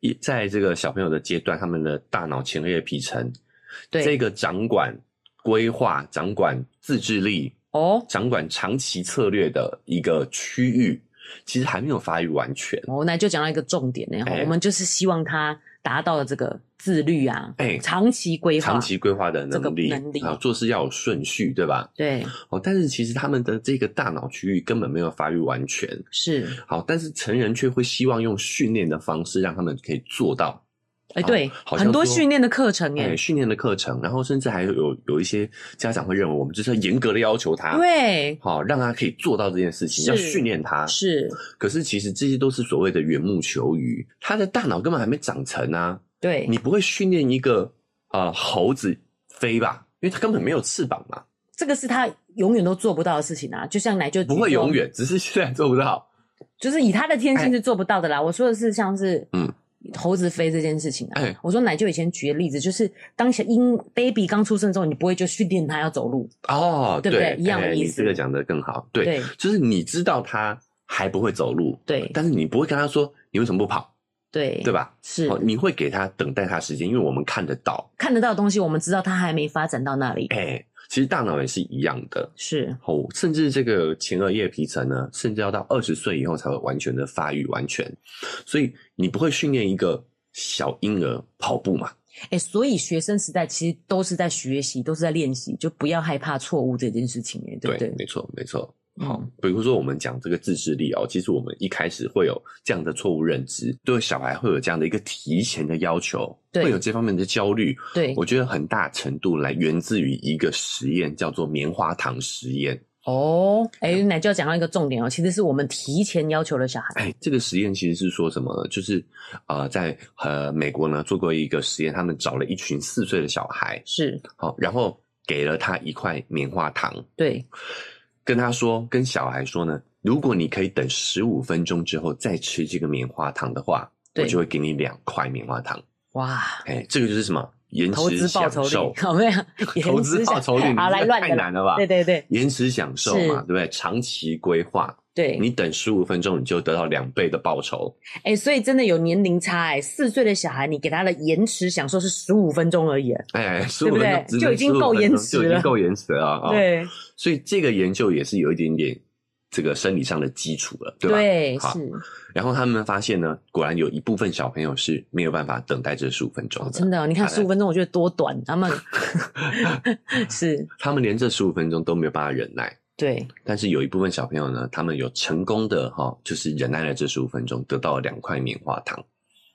Speaker 2: 一在这个小朋友的阶段，他们的大脑前额叶皮层，
Speaker 1: 对
Speaker 2: 这个掌管规划、掌管自制力、
Speaker 1: 哦
Speaker 2: 掌管长期策略的一个区域，其实还没有发育完全。
Speaker 1: 哦，那就讲到一个重点呢、吼
Speaker 2: 哎
Speaker 1: 我们就是希望他达到这个自律啊，
Speaker 2: 哎
Speaker 1: 长期规划，
Speaker 2: 长期规划的
Speaker 1: 这个
Speaker 2: 能力，
Speaker 1: 能力
Speaker 2: 啊，做事要有顺序，对吧？
Speaker 1: 对，
Speaker 2: 哦，但是其实他们的这个大脑区域根本没有发育完全。
Speaker 1: 是，
Speaker 2: 好，但是成人却会希望用训练的方式让他们可以做到。
Speaker 1: 哎、
Speaker 2: 好
Speaker 1: 对，
Speaker 2: 好像
Speaker 1: 很多
Speaker 2: 说
Speaker 1: 训练的课程、
Speaker 2: 哎，
Speaker 1: 哎、
Speaker 2: 训练的课程，然后甚至还有有一些家长会认为我们就是要严格的要求他，，
Speaker 1: 对，
Speaker 2: 好、让他可以做到这件事情，
Speaker 1: 是
Speaker 2: 要训练他。
Speaker 1: 是，
Speaker 2: 可是其实这些都是所谓的缘木求鱼，他的大脑根本还没长成啊！
Speaker 1: 对，
Speaker 2: 你不会训练一个呃猴子飞吧？因为它根本没有翅膀嘛，
Speaker 1: 这个是他永远都做不到的事情啊，就像奶就
Speaker 2: 不会永，远，只是现在做不到。
Speaker 1: 就是以他的天性是做不到的啦。我说的是像是
Speaker 2: 哎嗯
Speaker 1: 嗯。猴子飞这件事情啊，
Speaker 2: 哎
Speaker 1: 我说奶就以前举的例子，就是当小婴 baby 刚出生的时候，你不会就训练他要走路，
Speaker 2: 哦，
Speaker 1: 对不对一样的
Speaker 2: 哎
Speaker 1: 意
Speaker 2: 你
Speaker 1: 思
Speaker 2: 这个讲的更好，对，
Speaker 1: 对
Speaker 2: 就是你知道他还不会走路，
Speaker 1: 对
Speaker 2: 但是你不会跟他说你为什么不跑，
Speaker 1: 对
Speaker 2: 对？吧？
Speaker 1: 是
Speaker 2: 哦，你会给他等待他时间，因为我们看得到，
Speaker 1: 看得到的东西，我们知道他还没发展到那里，
Speaker 2: 哎、其实大脑也是一样的。
Speaker 1: 是
Speaker 2: 哦，甚至这个前额叶皮层呢，甚至要到二十岁以后才会完全的发育完全，所以你不会训练一个小婴儿跑步嘛？
Speaker 1: 哎、所以学生时代其实都是在学习，都是在练习，就不要害怕错误这件事情、哎，对不嗯对？
Speaker 2: 没错，没错。
Speaker 1: 好，
Speaker 2: 比如说我们讲这个自制力哦，其实我们一开始会有这样的错误认知，对小孩会有这样的一个提前的要求，
Speaker 1: 对
Speaker 2: 会有这方面的焦虑。
Speaker 1: 对，
Speaker 2: 我觉得很大程度来源自于一个实验，叫做棉花糖实验。
Speaker 1: 哦，哎、奶就要讲到一个重点哦，其实是我们提前要求了小孩，
Speaker 2: 哎，这个实验其实是说什么呢？就是呃，在呃美国呢做过一个实验，他们找了一群四岁的小孩，
Speaker 1: 是
Speaker 2: 好、然后给了他一块棉花糖，
Speaker 1: 对，
Speaker 2: 跟他说，跟小孩说呢，如果你可以等十五分钟之后再吃这个棉花糖的话，
Speaker 1: 对
Speaker 2: 我就会给你两块棉花糖。
Speaker 1: 哇，
Speaker 2: 哎，这个就是什么？延
Speaker 1: 投
Speaker 2: 迟
Speaker 1: 资报
Speaker 2: 享
Speaker 1: 酬
Speaker 2: 受
Speaker 1: 率，，好没有？延
Speaker 2: 投资
Speaker 1: 迟
Speaker 2: 报
Speaker 1: 享
Speaker 2: 酬率，你
Speaker 1: 好
Speaker 2: 这
Speaker 1: 来
Speaker 2: 个
Speaker 1: 乱
Speaker 2: 太
Speaker 1: 的啦
Speaker 2: 难了吧？
Speaker 1: 对对对
Speaker 2: 延迟享受
Speaker 1: 是
Speaker 2: 嘛，对不对？长期规划，
Speaker 1: 对，
Speaker 2: 你等十五分钟，你就得到两倍的报酬。
Speaker 1: 哎、所以真的有年龄差哎、四岁的小孩，你给他的延迟享受是十五分钟而已、哎
Speaker 2: 哎，十
Speaker 1: 对
Speaker 2: 五
Speaker 1: 不
Speaker 2: 分
Speaker 1: 对
Speaker 2: 钟
Speaker 1: 就已经够延迟
Speaker 2: 就已经
Speaker 1: 了
Speaker 2: 够延迟了啊、哦！，
Speaker 1: 对
Speaker 2: 所以这个研究也是有一点点这个生理上的基础了，对吧？
Speaker 1: 对
Speaker 2: 好
Speaker 1: 是，
Speaker 2: 然后他们发现呢，果然有一部分小朋友是没有办法等待这十五分钟的，
Speaker 1: 真的哦、你看
Speaker 2: 好
Speaker 1: 十
Speaker 2: 嘞
Speaker 1: 五分钟，我觉得多短， 他们是
Speaker 2: 他们连这十五分钟都没有办法忍耐。
Speaker 1: 对
Speaker 2: 但是有一部分小朋友呢，他们有成功的哈、就是忍耐了这十五分钟，得到了两块棉花糖。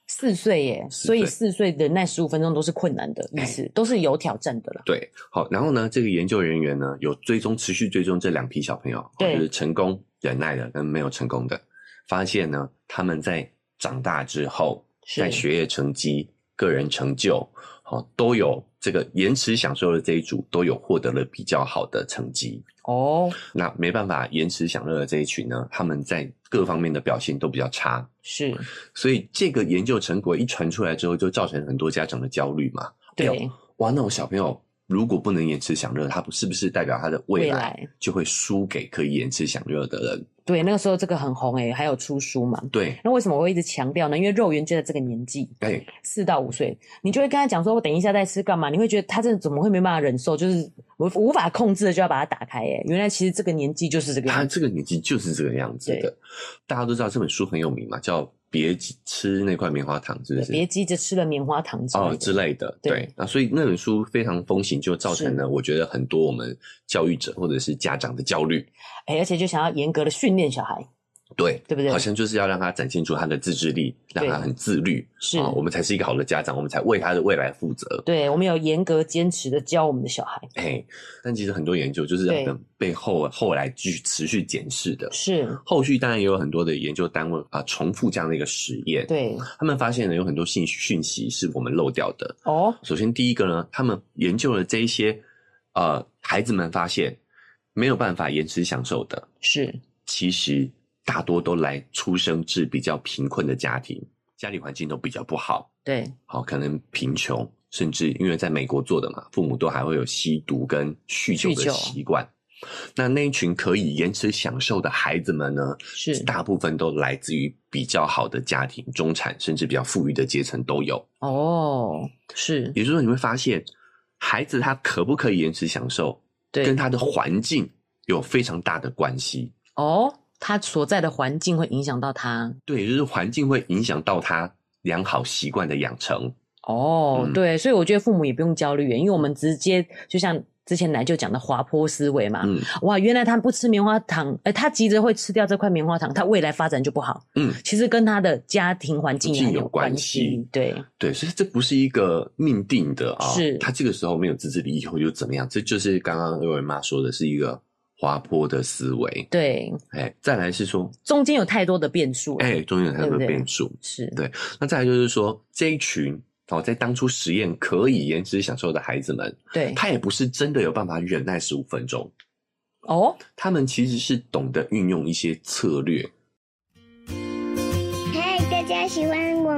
Speaker 1: 四岁耶，
Speaker 2: 四
Speaker 1: 所以
Speaker 2: 岁哎
Speaker 1: 四岁的那十五分钟都是困难的意思，都是有挑战的啦。
Speaker 2: 对，好，然后呢，这个研究人员呢有追踪持续追踪这两批小朋友，哦
Speaker 1: 对
Speaker 2: 就是成功忍耐的跟没有成功的，发现呢他们在长大之后，
Speaker 1: 是
Speaker 2: 在学业成绩、个人成就，好、都有这个延迟享受的这一组都有获得了比较好的成绩。
Speaker 1: 哦，
Speaker 2: 那没办法延迟享乐的这一群呢，他们在各方面的表现都比较差，
Speaker 1: 是
Speaker 2: 所以这个研究成果一传出来之后，就造成很多家长的焦虑嘛。
Speaker 1: 对
Speaker 2: 哎呦，哇，那我小朋友如果不能延迟享乐，他不是不是代表他的未
Speaker 1: 未
Speaker 2: 来
Speaker 1: 来
Speaker 2: 就会输给可以延迟享乐的人？
Speaker 1: 对，那个时候这个很红哎诶、还有出书嘛。
Speaker 2: 对，
Speaker 1: 那为什么我会一直强调呢？因为肉圆就在这个年纪，
Speaker 2: 哎、
Speaker 1: 四到五岁，你就会跟他讲说：“我等一下再吃干嘛？”你会觉得他真的怎么会没办法忍受，就是无无法控制的就要把它打开、耶。原来其实这个年纪就是这个
Speaker 2: 他
Speaker 1: 样子。
Speaker 2: 这个年纪就是这个样子的。大家都知道这本书很有名嘛，叫《别吃那块棉花糖》，是不
Speaker 1: 对
Speaker 2: 是？
Speaker 1: 别急着吃了棉花糖之类的
Speaker 2: 哦之类的，
Speaker 1: 对
Speaker 2: 对。那所以那本书非常风行，就造成
Speaker 1: 是
Speaker 2: 了我觉得很多我们教育者或者是家长的焦虑。
Speaker 1: 哎，而且就想要严格的训练小孩，
Speaker 2: 对，
Speaker 1: 对不对
Speaker 2: 好像就是要让他展现出他的自制力，让
Speaker 1: 对
Speaker 2: 他很自律
Speaker 1: 是
Speaker 2: 啊，我们才是一个好的家长，我们才为他的未来负责。
Speaker 1: 对我们有严格坚持的教我们的小孩，
Speaker 2: 哎，但其实很多研究就是
Speaker 1: 对
Speaker 2: 等背后后来继续持续检视的，
Speaker 1: 是
Speaker 2: 后续当然也有很多的研究单位啊、重复这样的一个实验，
Speaker 1: 对
Speaker 2: 他们发现呢有很多信息讯息是我们漏掉的。
Speaker 1: 哦，
Speaker 2: 首先第一个呢，他们研究了这一些呃孩子们发现，没有办法延迟享受的，
Speaker 1: 是
Speaker 2: 其实大多都来出生至比较贫困的家庭，家里环境都比较不好，
Speaker 1: 对，
Speaker 2: 好、可能贫穷，甚至因为在美国做的嘛，父母都还会有吸毒跟酗酒
Speaker 1: 酗
Speaker 2: 的
Speaker 1: 酒
Speaker 2: 习惯。那那一群可以延迟享受的孩子们呢，
Speaker 1: 是
Speaker 2: 大部分都来自于比较好的家庭，中产甚至比较富裕的阶层都有。
Speaker 1: 哦，是
Speaker 2: 也就是说，你会发现，孩子他可不可以延迟享受，跟
Speaker 1: 对
Speaker 2: 他的环境有非常大的关系。
Speaker 1: 哦，他所在的环境会影响到他。
Speaker 2: 对，就是环境会影响到他良好习惯的养成。
Speaker 1: 哦，
Speaker 2: 嗯
Speaker 1: 对，所以我觉得父母也不用焦虑耶，因为我们直接就像之前来就讲的滑坡思维嘛，
Speaker 2: 嗯
Speaker 1: 哇，原来他不吃棉花糖，呃，他急着会吃掉这块棉花糖，他未来发展就不好。
Speaker 2: 嗯，
Speaker 1: 其实跟他的家庭环境也
Speaker 2: 环
Speaker 1: 很
Speaker 2: 境有
Speaker 1: 关
Speaker 2: 关系
Speaker 1: 对，
Speaker 2: 对，所以这不是一个命定的啊、
Speaker 1: 是
Speaker 2: 他这个时候没有自制力以后又怎么样？这就是刚刚二维妈说的是一个滑坡的思维。
Speaker 1: 对，
Speaker 2: 哎，再来是说，
Speaker 1: 中间有太多的变数了。
Speaker 2: 哎，中间有它
Speaker 1: 对
Speaker 2: 的
Speaker 1: 不对
Speaker 2: 变数。
Speaker 1: 是，
Speaker 2: 对那再来就是说，这一群哦，在当初实验可以延迟享受的孩子们，
Speaker 1: 对，
Speaker 2: 他也不是真的有办法忍耐十五分钟，
Speaker 1: 哦，
Speaker 2: 他们其实是懂得运用一些策略。
Speaker 3: 嗨，大家喜欢我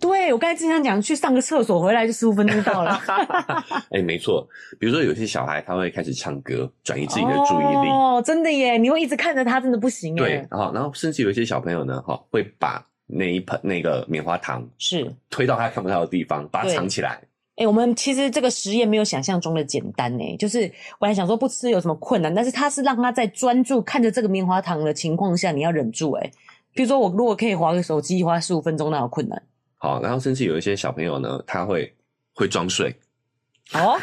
Speaker 1: 对，我刚才经常讲去上个厕所，回来就十五分钟到 了，
Speaker 2: 哎，没错，比如说有些小孩他会开始唱歌，转移自己的注意力。
Speaker 1: 哦，真的耶！你会一直看着他，真的不行
Speaker 2: 对
Speaker 1: 耶。，
Speaker 2: 好，然后甚至有一些小朋友呢，哈，会把那一盆那个棉花糖
Speaker 1: 是，
Speaker 2: 推到他看不到的地方，把它
Speaker 1: 对
Speaker 2: 藏起来。
Speaker 1: 哎、我们其实这个实验没有想象中的简单呢、就是本来想说不吃有什么困难，但是他是让他在专注看着这个棉花糖的情况下，你要忍住哎、比如说我如果可以划个手机，划十五分钟，那有困难
Speaker 2: 好，然后甚至有一些小朋友呢，他会会装睡，
Speaker 1: 哦。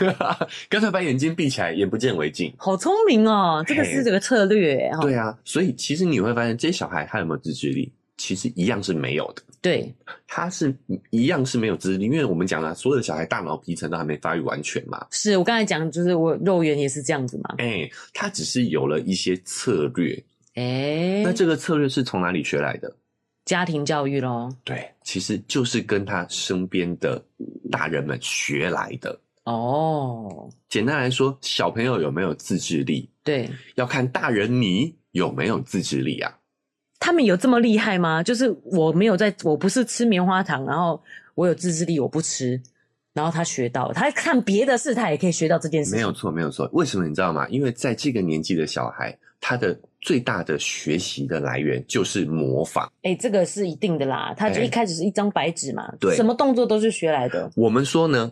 Speaker 2: 干脆把眼睛闭起来，眼不见为净。
Speaker 1: 好聪明哦，这个是这个策略哦哈、
Speaker 2: 对啊，所以其实你会发现，这些小孩他有没有自制力，其实一样是没有的。
Speaker 1: 对
Speaker 2: 他是一样是没有自制力，因为我们讲了，所有的小孩大脑皮层都还没发育完全嘛。
Speaker 1: 是我刚才讲，就是我肉圆也是这样子嘛。
Speaker 2: 哎、他只是有了一些策略，
Speaker 1: 哎、
Speaker 2: 那这个策略是从哪里学来的？
Speaker 1: 家庭教育咯。
Speaker 2: 对，其实就是跟他身边的大人们学来的。
Speaker 1: 哦，
Speaker 2: 简单来说，小朋友有没有自制力，
Speaker 1: 对，
Speaker 2: 要看大人你有没有自制力啊。
Speaker 1: 他们有这么厉害吗？就是我没有在，我不是吃棉花糖，然后我有自制力，我不吃，然后他学到了，他看别的事，他也可以学到这件事情。
Speaker 2: 没有，错，没有错。为什么你知道吗？因为在这个年纪的小孩，他的最大的学习的来源就是模仿。
Speaker 1: 哎、这个是一定的啦。他就
Speaker 2: 哎
Speaker 1: 一开始是一张白纸嘛，
Speaker 2: 对
Speaker 1: 什么动作都是学来 的。
Speaker 2: 我们说呢，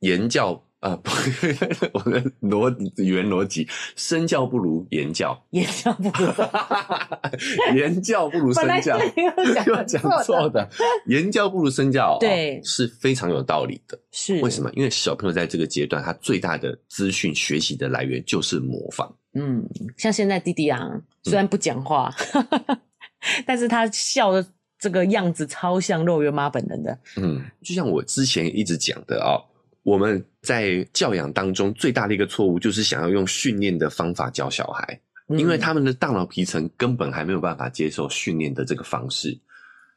Speaker 2: 言教啊、不 我的逻原逻辑，身教不如言教，
Speaker 1: 也教不如，
Speaker 2: 言教不如
Speaker 1: 本来
Speaker 2: 身教。
Speaker 1: 又讲
Speaker 2: 又
Speaker 1: 得
Speaker 2: 讲
Speaker 1: 错
Speaker 2: 错，的，言教不如身教、哦，
Speaker 1: 对
Speaker 2: 是非常有道理的。
Speaker 1: 是
Speaker 2: 为什？么？因为小朋友在这个阶段，他最大的资讯学习的来源就是模仿。
Speaker 1: 嗯，像现在弟弟
Speaker 2: 嗯
Speaker 1: 啊，虽然不讲话， 但是他笑的这个样子超像肉圆妈本人的。
Speaker 2: 嗯，就像我之前一直讲的哦，我们在教养当中最大的一个错误就是想要用训练的方法教小孩，
Speaker 1: 嗯
Speaker 2: 因为他们的大脑皮层根本还没有办法接受训练的这个方式。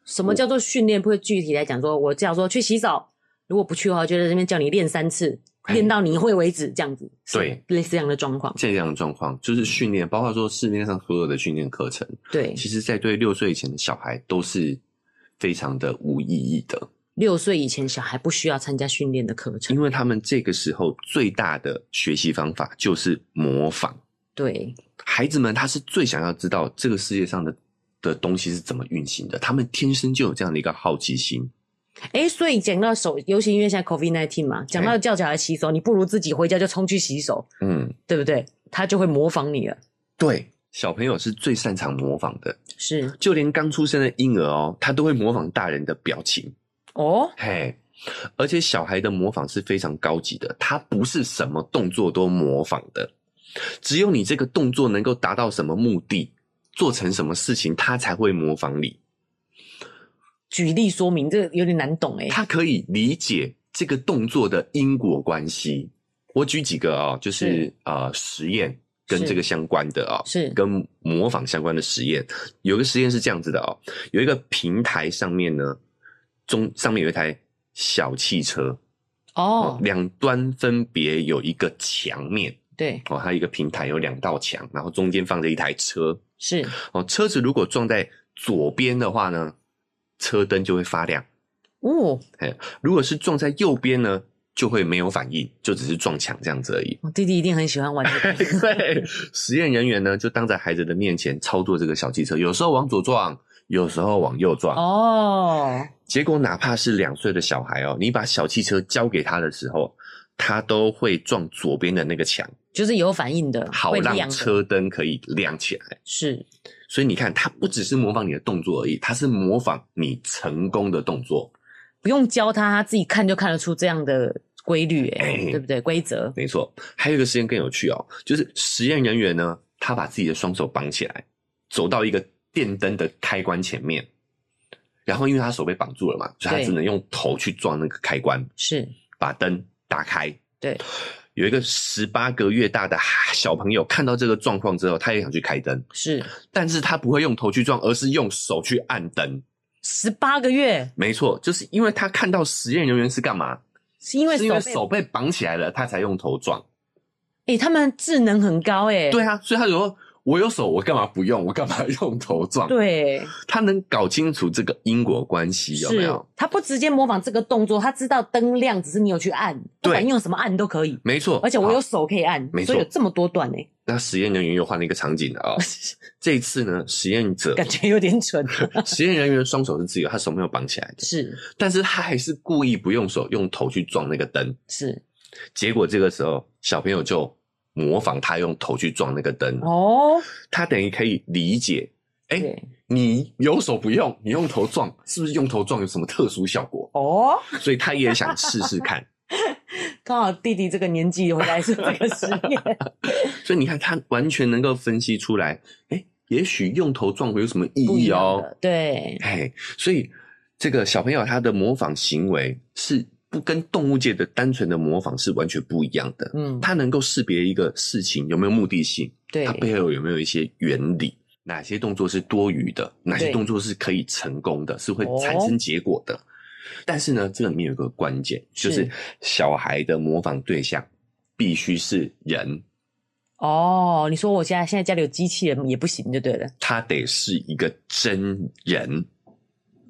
Speaker 1: 什么叫做训练？不会具体来讲说，我叫说去洗澡，如果不去的话，就在这边叫你练三次，
Speaker 2: 哎
Speaker 1: 练到你会为止，这样子。
Speaker 2: 对，
Speaker 1: 类似这样的状况。
Speaker 2: 这样的状况就是训练，包括说市面上所有的训练课程，
Speaker 1: 对，
Speaker 2: 其实在对六岁以前的小孩都是非常的无意义的，
Speaker 1: 六岁以前小孩不需要参加训练的课程
Speaker 2: 因。为他们这个时候最大的学习方法就是模仿。
Speaker 1: 对，
Speaker 2: 孩子们他是最想要知道这个世界上的的东西是怎么运行的，他们天生就有这样的一个好奇心。
Speaker 1: 哎，所以讲到手，尤其因为现在 COVID nineteen 嘛，讲到
Speaker 2: 哎
Speaker 1: 叫小孩洗手，你不如自己回家就冲去洗手，
Speaker 2: 嗯，
Speaker 1: 对不对？他就会模仿你了。
Speaker 2: 对，小朋友是最擅长模仿的，
Speaker 1: 是
Speaker 2: 就连刚出生的婴儿哦，他都会模仿大人的表情。
Speaker 1: 哦，
Speaker 2: 嘿，而且小孩的模仿是非常高级的，他不是什么动作都模仿的，只有你这个动作能够达到什么目的，做成什么事情，他才会模仿你，
Speaker 1: 举例说明，这个有点难懂哎、
Speaker 2: 他可以理解这个动作的因果关系。我举几个哦，就是
Speaker 1: 是
Speaker 2: 呃实验跟
Speaker 1: 是
Speaker 2: 这个相关的哦，
Speaker 1: 是
Speaker 2: 跟模仿相关的实验。有一个实验是这样子的哦，有一个平台上面呢，中上面有一台小汽车，
Speaker 1: 哦，
Speaker 2: 两端分别有一个墙面
Speaker 1: 对，
Speaker 2: 哦，它一个平台有两道墙，然后中间放着一台车
Speaker 1: 是
Speaker 2: 哦，车子如果撞在左边的话呢，车灯就会发亮；
Speaker 1: 哦，
Speaker 2: 如果是撞在右边呢，就会没有反应，就只是撞墙这样子而已。
Speaker 1: 我弟弟一定很喜欢玩这个
Speaker 2: 对，实验人员呢就当在孩子的面前操作这个小汽车，有时候往左撞，有时候往右撞。
Speaker 1: 哦，
Speaker 2: 结果哪怕是两岁的小孩哦，你把小汽车交给他的时候，他都会撞左边的那个墙，
Speaker 1: 就是有反应的，
Speaker 2: 好
Speaker 1: 会亮
Speaker 2: 让
Speaker 1: 的
Speaker 2: 车灯可以亮起来。
Speaker 1: 是
Speaker 2: 所以你看，他不只是模仿你的动作而已，他是模仿你成功的动作。
Speaker 1: 不用教他，他自己看就看得出这样的规律哎、
Speaker 2: 哎
Speaker 1: 对不对？规则
Speaker 2: 没错，还有一个实验更有趣哦，就是实验人员呢，他把自己的双手绑起来，走到一个电灯的开关前面，然后因为他手被绑住了嘛，所以他
Speaker 1: 对
Speaker 2: 只能用头去撞那个开关，
Speaker 1: 是
Speaker 2: 把灯打开。
Speaker 1: 对，
Speaker 2: 有一个十八个月大的小朋友看到这个状况之后，他也想去开灯，
Speaker 1: 是
Speaker 2: 但是他不会用头去撞，而是用手去按灯。
Speaker 1: 十八个月，
Speaker 2: 没错，就是因为他看到实验人员是干嘛？
Speaker 1: 是因为
Speaker 2: 是因为
Speaker 1: 被
Speaker 2: 手被绑起来了，他才用头撞。
Speaker 1: 哎、他们智能很高哎、
Speaker 2: 对啊，所以他就说我有手，我干嘛不用？我干嘛 用头撞？，
Speaker 1: 对
Speaker 2: 他能搞清楚这个因果关系有没
Speaker 1: 是
Speaker 2: 有？，
Speaker 1: 他不直接模仿这个动作，他知道灯亮只是你有去按，不
Speaker 2: 对
Speaker 1: 管用什么按都可以，
Speaker 2: 没错，
Speaker 1: 而且我有
Speaker 2: 好。
Speaker 1: 手可以按，
Speaker 2: 没
Speaker 1: 所以
Speaker 2: 错
Speaker 1: 有这么多段哎、
Speaker 2: 那实验人员又换了一个场景了 啊、哦！这一次呢，实验者、
Speaker 1: 感觉有点 蠢，
Speaker 2: 实验人员双手是自由，他手没有绑起来的，
Speaker 1: 是
Speaker 2: 但是他还是故意不用手，用头去撞那个灯。
Speaker 1: 是
Speaker 2: 结果这个时候，小朋友就模仿他用头去撞那个灯，
Speaker 1: 哦，
Speaker 2: 他等于可以理解，哎、
Speaker 1: 对
Speaker 2: 你有手不用，你用头撞，是不是用头撞有什么特殊效果？
Speaker 1: 哦。
Speaker 2: 所以他也想试试看。
Speaker 1: 刚好弟弟这个年纪回来做这个实验，
Speaker 2: 所以你看，他完全能够分析出来，哎、也许用头撞会有什么意
Speaker 1: 不一
Speaker 2: 义
Speaker 1: 样
Speaker 2: 哦
Speaker 1: 的。对，
Speaker 2: 哎，所以这个小朋友他的模仿行为是不跟动物界的单纯的模仿是完全不一样的。
Speaker 1: 嗯，
Speaker 2: 他能够识别一个事情有没有目的性，
Speaker 1: 对
Speaker 2: 它，背后有没有一些原理，哪些动作是多余的，哪些
Speaker 1: 对
Speaker 2: 动作是可以成功的，是会
Speaker 1: 哦
Speaker 2: 产生结果的。但是呢，这里面有一个关键，就是
Speaker 1: 是
Speaker 2: 小孩的模仿对象必须是人，
Speaker 1: 哦，你说我家现在家里有机器人也不行就对了，
Speaker 2: 他得是一个真人。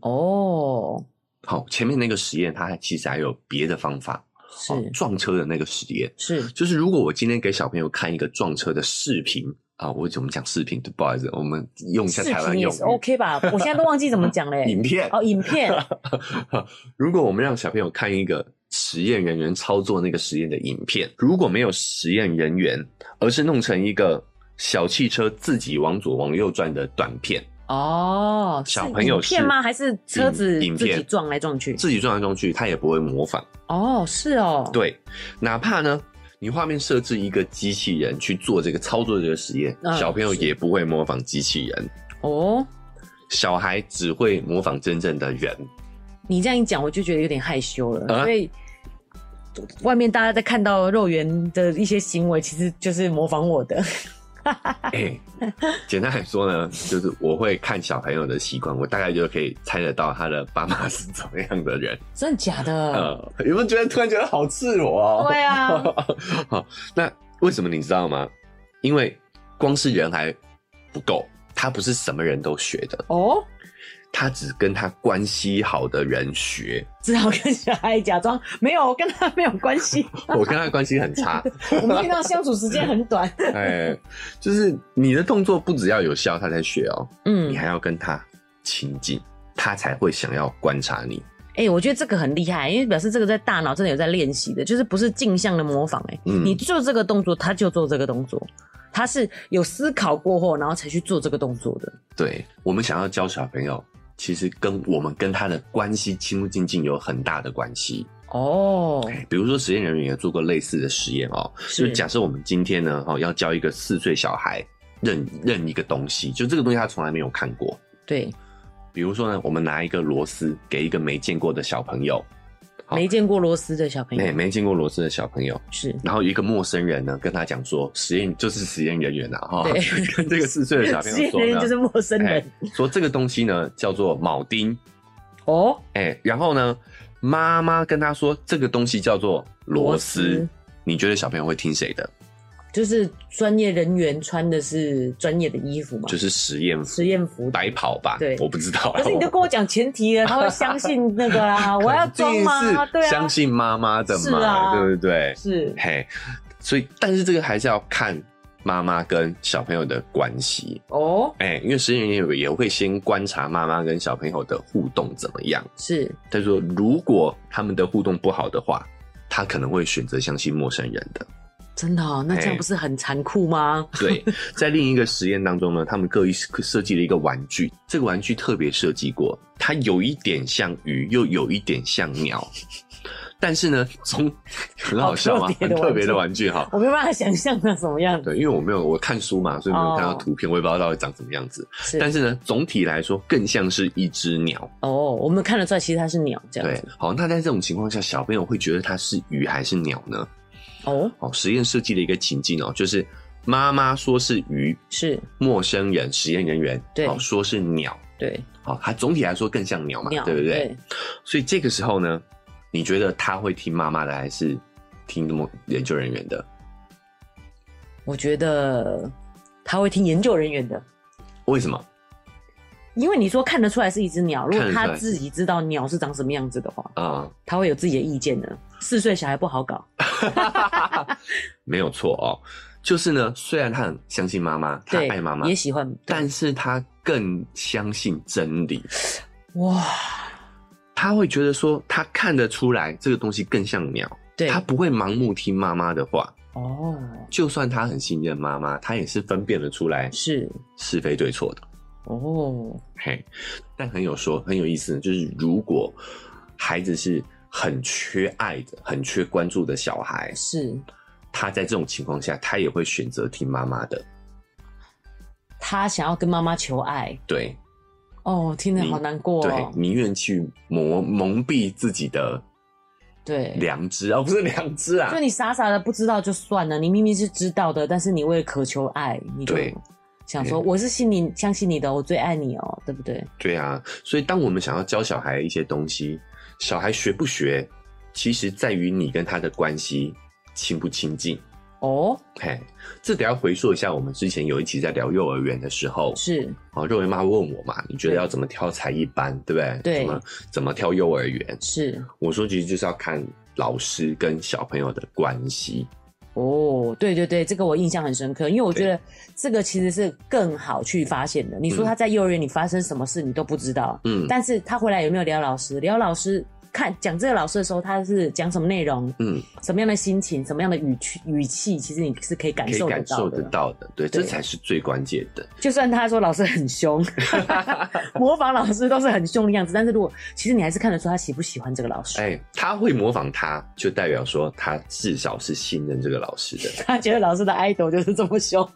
Speaker 1: 哦，
Speaker 2: 好，前面那个实验，它还其实还有别的方法，
Speaker 1: 是
Speaker 2: 哦，撞车的那个实验，
Speaker 1: 是
Speaker 2: 就是如果我今天给小朋友看一个撞车的视频啊，我怎么讲视频？不好意思，我们用一下
Speaker 1: 视
Speaker 2: 台湾
Speaker 1: 频也
Speaker 2: 用
Speaker 1: 是
Speaker 2: 语
Speaker 1: OK 吧？我现在都忘记怎么 讲嘞
Speaker 2: 影。片。
Speaker 1: 哦，影片
Speaker 2: 如果我们让小朋友看一个实验人员操作那个实验的影片，如果没有实验人员，而是弄成一个小汽车自己往左往右转的短片，
Speaker 1: 哦，是
Speaker 2: 小朋友
Speaker 1: 影片
Speaker 2: 是
Speaker 1: 吗？还是车子
Speaker 2: 影影
Speaker 1: 自己
Speaker 2: 片
Speaker 1: 撞来撞去？
Speaker 2: 自己撞来撞去，他也不会模仿。
Speaker 1: 哦，是哦，，
Speaker 2: 对，哪怕呢，你画面设置一个机器人去做这个操作这个实验，
Speaker 1: 嗯
Speaker 2: 小朋友
Speaker 1: 是
Speaker 2: 也不会模仿机器人，
Speaker 1: 哦，
Speaker 2: 小孩只会模仿真正的人。
Speaker 1: 你这样一讲，我就觉得有点害羞了，
Speaker 2: 啊
Speaker 1: 所以。外面大家在看到肉圆的一些行为，其实就是模仿我
Speaker 2: 呃
Speaker 1: 的。
Speaker 2: 哎、简单来说呢，就是我会看小朋友的习惯，我大概就可以猜得到他的爸妈是怎么样的人。
Speaker 1: 真的假的？
Speaker 2: 呃，有没有觉得突然觉得好赤裸哦？
Speaker 1: 对啊，
Speaker 2: 好，那为什么你知道吗？因为光是人还不够，他不是什么人都学的，
Speaker 1: 哦，
Speaker 2: 他只跟他关系好的人学。
Speaker 1: 只好跟小孩假装没有，我跟他没有关 系，
Speaker 2: 我跟他的关系很差，
Speaker 1: 我们平常相处时间很短。
Speaker 2: 哎，就是你的动作不只要有效，他才学哦，
Speaker 1: 嗯
Speaker 2: 你，还要跟他亲近，他才会想要观察你。
Speaker 1: 哎、我觉得这个很厉害，因为表示这个在大脑真的有在练习的，就是不是镜像的模仿、哎、
Speaker 2: 嗯
Speaker 1: 你做这个动作，他就做这个动作，他是有思考过后，然后才去做这个动作的。
Speaker 2: 对我们想要教小朋友，其实跟我们跟他的关系亲不亲近有很大的关系。哎
Speaker 1: 哦，
Speaker 2: 比如说，实验人员也做过类似的实验哦，就是假设我们今天呢，哦，要教一个四岁小孩认认一个东西，就这个东西他从来没有看过。
Speaker 1: 对，
Speaker 2: 比如说呢，我们拿一个螺丝给一个没见过的小朋友，好
Speaker 1: 没见过螺丝的小朋
Speaker 2: 没
Speaker 1: 友
Speaker 2: 没见过螺丝的小朋友，
Speaker 1: 是
Speaker 2: 然后一个陌生人呢跟他讲说，实验就是实验人员呐、啊，哈
Speaker 1: 对，
Speaker 2: 跟这个四岁的小朋
Speaker 1: 实
Speaker 2: 友
Speaker 1: 验
Speaker 2: 说
Speaker 1: 人员
Speaker 2: 呢，
Speaker 1: 就是陌生人
Speaker 2: 哎说这个东西呢叫做铆钉，
Speaker 1: 哦，
Speaker 2: 哎、然后呢，妈妈跟他说这个东西叫做螺
Speaker 1: 螺
Speaker 2: 丝
Speaker 1: 丝，
Speaker 2: 你觉得小朋友会听谁的？
Speaker 1: 就是专业人员穿的是专业的衣服嘛，
Speaker 2: 就是实验服
Speaker 1: 实验服。
Speaker 2: 白跑吧，
Speaker 1: 对
Speaker 2: 我不 知道啊。
Speaker 1: 可是 你就跟我讲前提了，他会相信那个啊，我要装
Speaker 2: 肯
Speaker 1: 吗？
Speaker 2: 定是
Speaker 1: 对啊，
Speaker 2: 相信妈妈的
Speaker 1: 是
Speaker 2: 嘛，
Speaker 1: 啊
Speaker 2: 对不对？
Speaker 1: 是
Speaker 2: 嘿，所以但是这个还是要看妈妈跟小朋友的关系，
Speaker 1: 哦，
Speaker 2: 哎、因为实验员也也会先观察妈妈跟小朋友的互动怎么样。
Speaker 1: 是
Speaker 2: 他说，如果他们的互动不好的话，他可能会选择相信陌生人的。
Speaker 1: 真的哦，那这
Speaker 2: 哎
Speaker 1: 样不是很残酷吗？
Speaker 2: 对，在另一个实验当中呢，他们各一设计了一个玩具，这个玩具特别设计过，它有一点像鱼，又有一点像鸟，但是呢， 从很好笑嘛，啊
Speaker 1: 好特别
Speaker 2: 很
Speaker 1: 的玩具
Speaker 2: 特别的玩具哈。
Speaker 1: 我没办法想象它什么样子，
Speaker 2: 对，因为我没有我看书嘛，所以没有看到
Speaker 1: 哦
Speaker 2: 图片，我也不知道到底长什么样子。
Speaker 1: 是
Speaker 2: 但是呢，总体来说更像是一只鸟。
Speaker 1: 哦，我们看得出来，其实它是鸟这样
Speaker 2: 对
Speaker 1: 子，
Speaker 2: 好，那在这种情况下，小朋友会觉得它是鱼还是鸟呢？
Speaker 1: 哦，
Speaker 2: 哦，实验设计了一个情境哦，就是妈妈说是鱼，
Speaker 1: 是
Speaker 2: 陌生人实验人员
Speaker 1: 对
Speaker 2: 哦说是鸟，
Speaker 1: 对
Speaker 2: 好、它哦总体来说更像鸟嘛，
Speaker 1: 鸟，
Speaker 2: 啊对不对？所以这个时候呢，你觉得他会听妈妈的还是听那么研究人员的？
Speaker 1: 我觉得他会听研究人员的，
Speaker 2: 为什么？
Speaker 1: 因为你说看得出来是一只鸟，如
Speaker 2: 看
Speaker 1: 果
Speaker 2: 得出来
Speaker 1: 他自己知道鸟是长什么样子的话，
Speaker 2: 啊、
Speaker 1: 他会有自己的意见的。四岁小孩不好搞，
Speaker 2: 没有错哦，就是呢，虽然他很相信妈妈，他
Speaker 1: 对，
Speaker 2: 爱妈妈
Speaker 1: 也，喜欢，
Speaker 2: 但是他更相信真理，
Speaker 1: 哇，
Speaker 2: 他会觉得说他看得出来这个东西更像鸟，
Speaker 1: 对
Speaker 2: 他不会盲目听妈妈的话。
Speaker 1: 哦，
Speaker 2: 就算他很信任妈妈，他也是分辨得出来
Speaker 1: 是
Speaker 2: 是非对错的。
Speaker 1: 哦，
Speaker 2: 嘿，但很有说很有意思，就是如果孩子是很缺爱的、很缺关注的小孩，
Speaker 1: 是
Speaker 2: 他在这种情况下，他也会选择听妈妈的。
Speaker 1: 他想要跟妈妈求爱，
Speaker 2: 对，
Speaker 1: 哦，听着
Speaker 2: 你
Speaker 1: 好难过
Speaker 2: 对
Speaker 1: 哦，，
Speaker 2: 宁愿去蒙蒙蔽自己的
Speaker 1: 对。
Speaker 2: 良知啊，不是良知啊
Speaker 1: 就，你傻傻的不知道就算了，你明明是知道的，但是你为了渴求爱，你就
Speaker 2: 对
Speaker 1: 想说
Speaker 2: 嗯
Speaker 1: 我是信你相信你的，我最爱你哦，对不对？
Speaker 2: 对啊。所以，当我们想要教小孩一些东西，小孩学不学，其实在于你跟他的关系亲不亲近。
Speaker 1: 哦，
Speaker 2: 嘿，这得要回溯一下，我们之前有一期在聊幼儿园的时候，
Speaker 1: 是
Speaker 2: 哦，肉圆妈问我嘛，你觉得要怎么挑才艺班，对不对？
Speaker 1: 对
Speaker 2: 怎么怎么挑幼儿园？
Speaker 1: 是
Speaker 2: 我说其实就是要看老师跟小朋友的关系。
Speaker 1: 哦，对对对，这个我印象很深刻，因为我觉得这个其实是更好去发现的。你说他在幼儿园里发生什么事，你都不知道，
Speaker 2: 嗯
Speaker 1: 但是他回来有没有聊老师？聊老师看讲这个老师的时候，他是讲什么内容？
Speaker 2: 嗯，
Speaker 1: 什么样的心情？什么样的语气？语气其实你是可以感
Speaker 2: 可以
Speaker 1: 受得
Speaker 2: 感
Speaker 1: 到
Speaker 2: 受
Speaker 1: 的
Speaker 2: 得。到的，对，
Speaker 1: 对
Speaker 2: 这才是最关键的。
Speaker 1: 就算他说老师很凶， 模仿老师都是很凶的样子，但是如果其实你还是看得出他喜不喜欢这个老师。
Speaker 2: 哎，他会模仿他，就代表说他至少是信任这个老师的，
Speaker 1: 他觉得老师的 idol 就是这么 凶，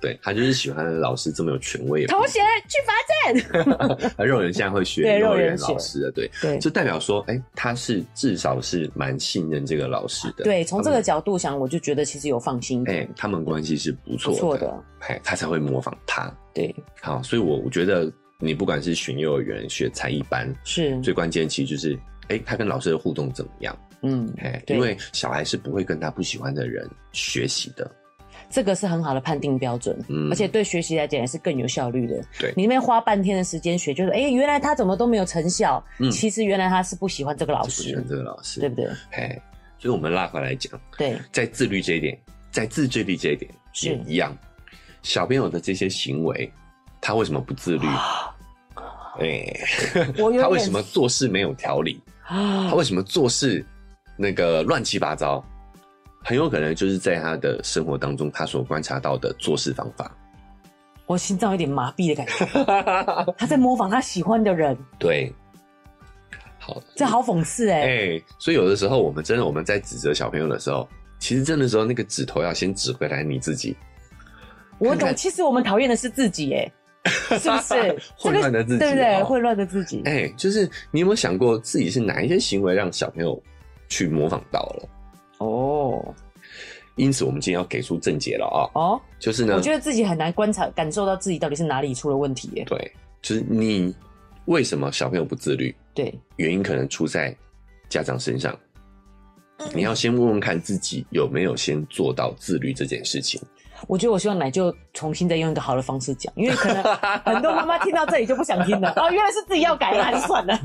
Speaker 2: 对他就是喜欢老师这么有权威。
Speaker 1: 同学去罚站。
Speaker 2: 肉圆现在会学
Speaker 1: 对
Speaker 2: 幼
Speaker 1: 肉
Speaker 2: 儿
Speaker 1: 圆
Speaker 2: 园老
Speaker 1: 学
Speaker 2: 师的，对，
Speaker 1: 对
Speaker 2: 就代表说，哎，他是至少是蛮信任这个老师的。
Speaker 1: 对，从
Speaker 2: 他
Speaker 1: 这
Speaker 2: 们
Speaker 1: 个角度想，我就觉得其实有放心一
Speaker 2: 哎、
Speaker 1: 点，
Speaker 2: 他们关系是不
Speaker 1: 不
Speaker 2: 错
Speaker 1: 错
Speaker 2: 的，
Speaker 1: 的。
Speaker 2: 哎，他才会模仿他。
Speaker 1: 对，
Speaker 2: 好，所以我我觉得你不管是选幼儿园、学才艺班，
Speaker 1: 是，
Speaker 2: 最关键其实就是，哎、他跟老师的互动怎么样？
Speaker 1: 嗯，
Speaker 2: 哎、
Speaker 1: 对
Speaker 2: 因为小孩是不会跟他不喜欢的人学习的。
Speaker 1: 这个是很好的判定标准，
Speaker 2: 嗯
Speaker 1: 而且对学习来讲也是更有效率的。
Speaker 2: 对
Speaker 1: 你那边花半天的时间学，就是哎、原来他怎么都没有成效，
Speaker 2: 嗯
Speaker 1: 其实原来他是不喜欢这个老
Speaker 2: 就不喜
Speaker 1: 师
Speaker 2: 欢，这个老师
Speaker 1: 对，不对？
Speaker 2: 哎、所以我们拉回来讲，
Speaker 1: 对，
Speaker 2: 在自律这一点，在自制力这一点
Speaker 1: 是
Speaker 2: 也一样，小朋友的这些行为，他为什么不自律？哎、
Speaker 1: 啊我有
Speaker 2: 他为
Speaker 1: 点
Speaker 2: 什么做事没有条理？
Speaker 1: 啊
Speaker 2: 他为什么做事那个乱七八糟？很有可能就是在他的生活当中，他所观察到的做事方
Speaker 1: 我心脏有点麻痹的感 觉。
Speaker 2: 法。
Speaker 1: 他在模仿他喜欢的人，
Speaker 2: 对，好，
Speaker 1: 这好讽刺哎、
Speaker 2: 哎、所以有的时候我们真的我们在指责小朋友的时候，其实真的时候那个指头要先指回来你自己。
Speaker 1: 我
Speaker 2: 看
Speaker 1: 懂，
Speaker 2: 看？
Speaker 1: 其实我们讨厌的是自己，哎，是不是
Speaker 2: 混乱的自己
Speaker 1: 这个对不对？
Speaker 2: 哦
Speaker 1: 混乱的自己，
Speaker 2: 哎、就是你有没有想过自己是哪一些行为让小朋友去模仿到了？
Speaker 1: 哦
Speaker 2: 因此，我们今天要给出正解了啊、
Speaker 1: 哦，
Speaker 2: 就是呢，
Speaker 1: 我觉得自己很难观察、感受到自己到底是哪里出了问题，哎，
Speaker 2: 对，就是你为什么小朋友不自律？
Speaker 1: 对，
Speaker 2: 原因可能出在家长身上。
Speaker 1: 嗯
Speaker 2: 你要先问问看自己有没有先做到自律这件事 情。
Speaker 1: 我觉得我希望奶就重新再用一个好的方式讲，因为可 能很多妈妈听到这里就不想听了。哦，原来是自己要改了，还是 算了。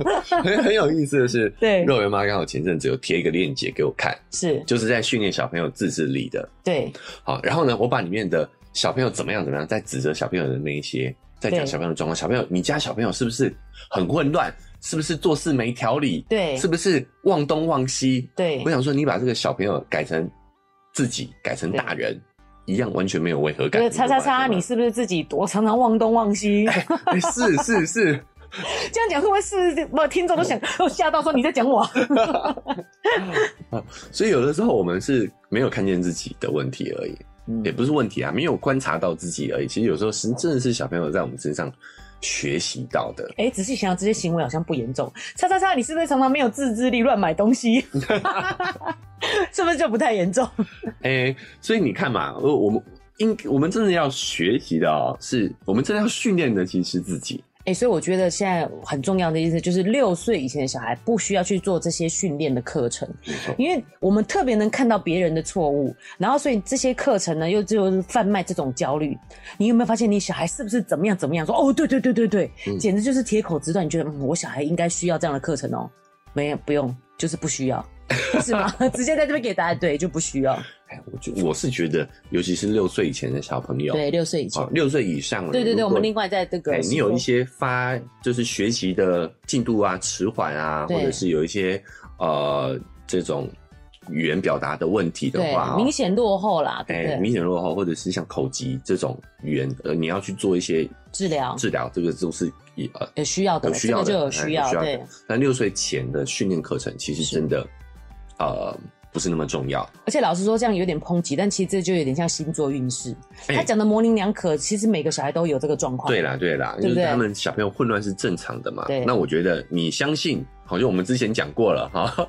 Speaker 2: 很很有意思的是，
Speaker 1: 对
Speaker 2: 肉圆妈刚好前阵子有贴一个链接给我看，
Speaker 1: 是，
Speaker 2: 就是在训练小朋友自制力的。
Speaker 1: 对，
Speaker 2: 好，然后呢，我把里面的小朋友怎么样怎么样，在指责小朋友的那一些，在讲
Speaker 1: 对
Speaker 2: 小朋友的状况。小朋友，你家小朋友是不是很混乱？是不是做事没条理？
Speaker 1: 对
Speaker 2: 是不是忘东忘西？
Speaker 1: 对
Speaker 2: 我，想说，你把这个小朋友改成自己，改成大人，一样完全没有违和
Speaker 1: 就
Speaker 2: 感。
Speaker 1: 是叉叉叉，你是不是自己我常常忘东忘西？
Speaker 2: 哎是是是，
Speaker 1: 这样讲会不会是我听众都想都 吓到说你在讲我？
Speaker 2: 所以有的时候我们是没有看见自己的问题而已，
Speaker 1: 嗯
Speaker 2: 也不是问题啊，没有观察到自己而已。其实有时候是真的是小朋友在我们身上学习到的。
Speaker 1: 哎，仔细想想，这些行为好像不严重。叉叉叉，你是不是常常没有自制力，乱买东西？ 是不是就不太严重？
Speaker 2: 哎、所以你看嘛，呃，我们应我们真的要学习的哦，是我们真的要训练的，其实是自己。
Speaker 1: 哎、所以我觉得现在很重要的一件事就是，六岁以前的小孩不需要去做这些训练的课程，因为我们特别能看到别人的错误，然后所以这些课程呢又就是贩卖这种焦虑。你有没有发现你小孩是不是怎么样怎么样？说哦，对对对对对，
Speaker 2: 嗯
Speaker 1: 简直就是铁口直断。你觉得、嗯、我小孩应该需要这样的课程哦？没有，不用，就是不需 要，是吗？ 直接在这边给答案，对，就不需要。
Speaker 2: 哎，我觉我是觉得，尤其是六岁以前的小朋友，
Speaker 1: 对，六岁以前，
Speaker 2: 哦，六岁以上了，
Speaker 1: 对对对，
Speaker 2: 如
Speaker 1: 我
Speaker 2: 果
Speaker 1: 们另外在这个
Speaker 2: 哎，你有一些发就是学习的进度啊迟缓啊，
Speaker 1: 对
Speaker 2: 或者是有一些呃这种语言表达的问题的
Speaker 1: 对
Speaker 2: 话、哦，
Speaker 1: 明显落后啦，对不
Speaker 2: 哎
Speaker 1: 对？
Speaker 2: 明显落后，或者是像口疾这种语言，呃，你要去做一些
Speaker 1: 治疗哎
Speaker 2: 治疗，这个就是一呃
Speaker 1: 有需要的，
Speaker 2: 有需要的，
Speaker 1: 这个就有
Speaker 2: 哎
Speaker 1: 需要，
Speaker 2: 的
Speaker 1: 对。
Speaker 2: 但六岁前的训练课程其实真的呃不是那么重要，
Speaker 1: 而且老实说，这样有点抨击，但其实这就有点像星座运势。
Speaker 2: 哎
Speaker 1: 他讲的模棱两可，其实每个小孩都有这个状况。
Speaker 2: 对啦，对啦，
Speaker 1: 哦对
Speaker 2: 就
Speaker 1: 不
Speaker 2: 是
Speaker 1: 对
Speaker 2: 他们小朋友混乱是正常的嘛
Speaker 1: 对。
Speaker 2: 那我觉得你相信，好像我们之前讲过了哈，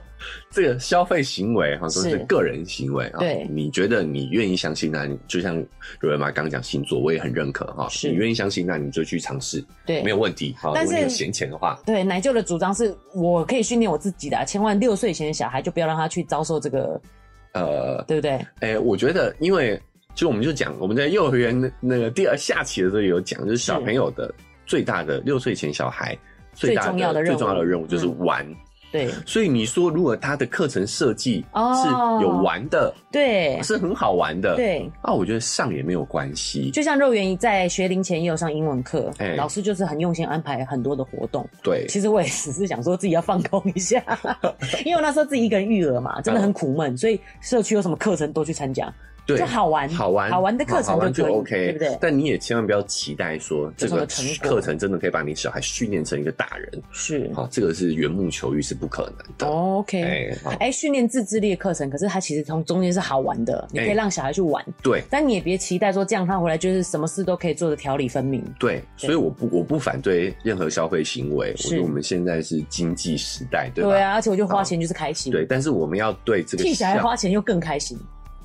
Speaker 2: 这个消费行为哈都
Speaker 1: 是
Speaker 2: 是个人行为啊。
Speaker 1: 对
Speaker 2: 你觉得你愿意相信，那你就像瑞文妈刚讲星座，我也很认可哈。
Speaker 1: 是
Speaker 2: 你愿意相信，那你就去尝试，
Speaker 1: 对，
Speaker 2: 没有问题。好，如
Speaker 1: 但
Speaker 2: 果你有
Speaker 1: 是
Speaker 2: 闲钱的话，
Speaker 1: 对奶舅的主张是，我可以训练我自己的啊、千万六岁以前的小孩就不要让他去遭受这个，
Speaker 2: 呃，
Speaker 1: 对不对？
Speaker 2: 哎，我觉得因为就我们就讲我们在幼儿园那那个第二下期的时候有讲，就是小
Speaker 1: 是
Speaker 2: 朋友的最大的六岁前小孩最
Speaker 1: 最
Speaker 2: 大
Speaker 1: 重要的
Speaker 2: 最
Speaker 1: 任
Speaker 2: 重要的
Speaker 1: 务嗯
Speaker 2: 任务就是玩。
Speaker 1: 对
Speaker 2: 所以你说，如果他的课程设计
Speaker 1: 哦
Speaker 2: 是有玩的，
Speaker 1: 对
Speaker 2: 是很好玩的，，
Speaker 1: 对，
Speaker 2: 啊，我觉得上也没有关系，
Speaker 1: 就像肉圆在学龄前也有上英文课，
Speaker 2: 哎
Speaker 1: 老师就是很用心安排很多的活动。
Speaker 2: 对，
Speaker 1: 其实我也只是想说自己要放空一 下，因为我那时候自己一个人育儿嘛，真的很苦闷，所以社区有什么课程都去参加，
Speaker 2: 对，
Speaker 1: 就好玩，
Speaker 2: 好玩，
Speaker 1: 好玩的课
Speaker 2: 好
Speaker 1: 程
Speaker 2: 玩
Speaker 1: 就
Speaker 2: 就
Speaker 1: 可以，对
Speaker 2: OK，
Speaker 1: 不对？
Speaker 2: 但你也千万不要期待说这
Speaker 1: 有什
Speaker 2: 个
Speaker 1: 么成果
Speaker 2: 课程真的可以把你小孩训练成一个大人，
Speaker 1: 是
Speaker 2: 好，这个是缘木求鱼是不可能的，
Speaker 1: 哦，OK。
Speaker 2: 哎，好
Speaker 1: 哎，训练自制力的课程，可是它其实从中间是好玩的，你可
Speaker 2: 哎
Speaker 1: 以让小孩去玩，
Speaker 2: 对。
Speaker 1: 但你也别期待说这样他回来就是什么事都可以做的条理分明。
Speaker 2: 对，所以我不我不反对任何消费行为，我觉得
Speaker 1: 是
Speaker 2: 我们现在是经济时代，对吧？
Speaker 1: 对啊，而且我就花钱就是开心，
Speaker 2: 对，但是我们要对这个啊
Speaker 1: 替小孩
Speaker 2: 项
Speaker 1: 花钱又更开心。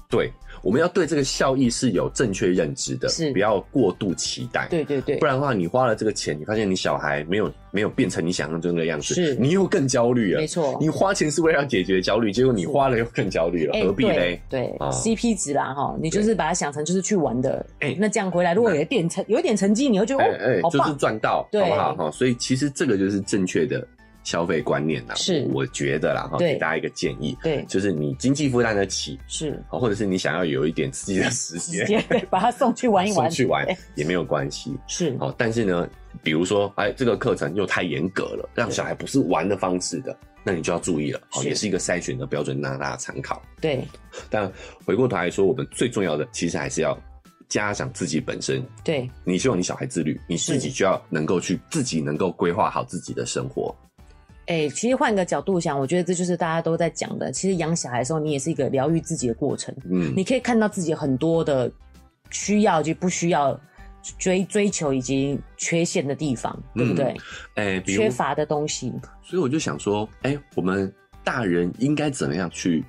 Speaker 2: 对，我们要对这个效益是有正确认知的，
Speaker 1: 是
Speaker 2: 不要过度期待。。
Speaker 1: 对对对
Speaker 2: 不，然的话，你花了这个钱，你发现你小孩没有没有变成你想象中的样子，
Speaker 1: 是
Speaker 2: 你又更焦虑了。
Speaker 1: 没错
Speaker 2: 你花钱是为了要解决焦虑，结果你花了又更焦虑了，
Speaker 1: 哎
Speaker 2: 何必嘞？
Speaker 1: 对对
Speaker 2: 啊
Speaker 1: ，CP 值啦哈，你就是把它想成就是去玩的
Speaker 2: 哎。
Speaker 1: 那这样回来，如果有一点成有一点成绩，你会觉得哦，
Speaker 2: 哎
Speaker 1: 好
Speaker 2: 就是
Speaker 1: 棒。
Speaker 2: 赚到，
Speaker 1: 对
Speaker 2: 好不好？哈，所以其实这个就是正确的消费观念啦。
Speaker 1: 是
Speaker 2: 我觉得啦，哈，
Speaker 1: 对
Speaker 2: 给大家一个建议，
Speaker 1: 对，
Speaker 2: 就是你经济负担得起，
Speaker 1: 是
Speaker 2: 好或者是你想要有一点自己的时
Speaker 1: 直
Speaker 2: 间
Speaker 1: 接把他送去玩一玩
Speaker 2: 送，去玩哦
Speaker 1: 对
Speaker 2: 也没有关系。
Speaker 1: 是
Speaker 2: 好，但是呢，比如说，哎，这个课程又太严格了，让小孩不是玩的方式的，那你就要注意了。好，
Speaker 1: 是
Speaker 2: 也是一个筛选的标准，让大家参考。
Speaker 1: 对
Speaker 2: 但回过头来说，我们最重要的其实还是要家长自己本身。
Speaker 1: 对
Speaker 2: 你希望你小孩自律，你自己
Speaker 1: 是
Speaker 2: 就要能够去自己能够规划好自己的生活。
Speaker 1: 哎、其实换个角度想，我觉得这就是大家都在讲的。其实养小孩的时候，你也是一个疗愈自己的过程，
Speaker 2: 嗯，
Speaker 1: 你可以看到自己很多的需要以及不需要追追求以及缺陷的地方，对不对？
Speaker 2: 哎，比
Speaker 1: 缺
Speaker 2: 如，
Speaker 1: 乏的东西，
Speaker 2: 所以我就想说，哎，我们大人应该怎么样去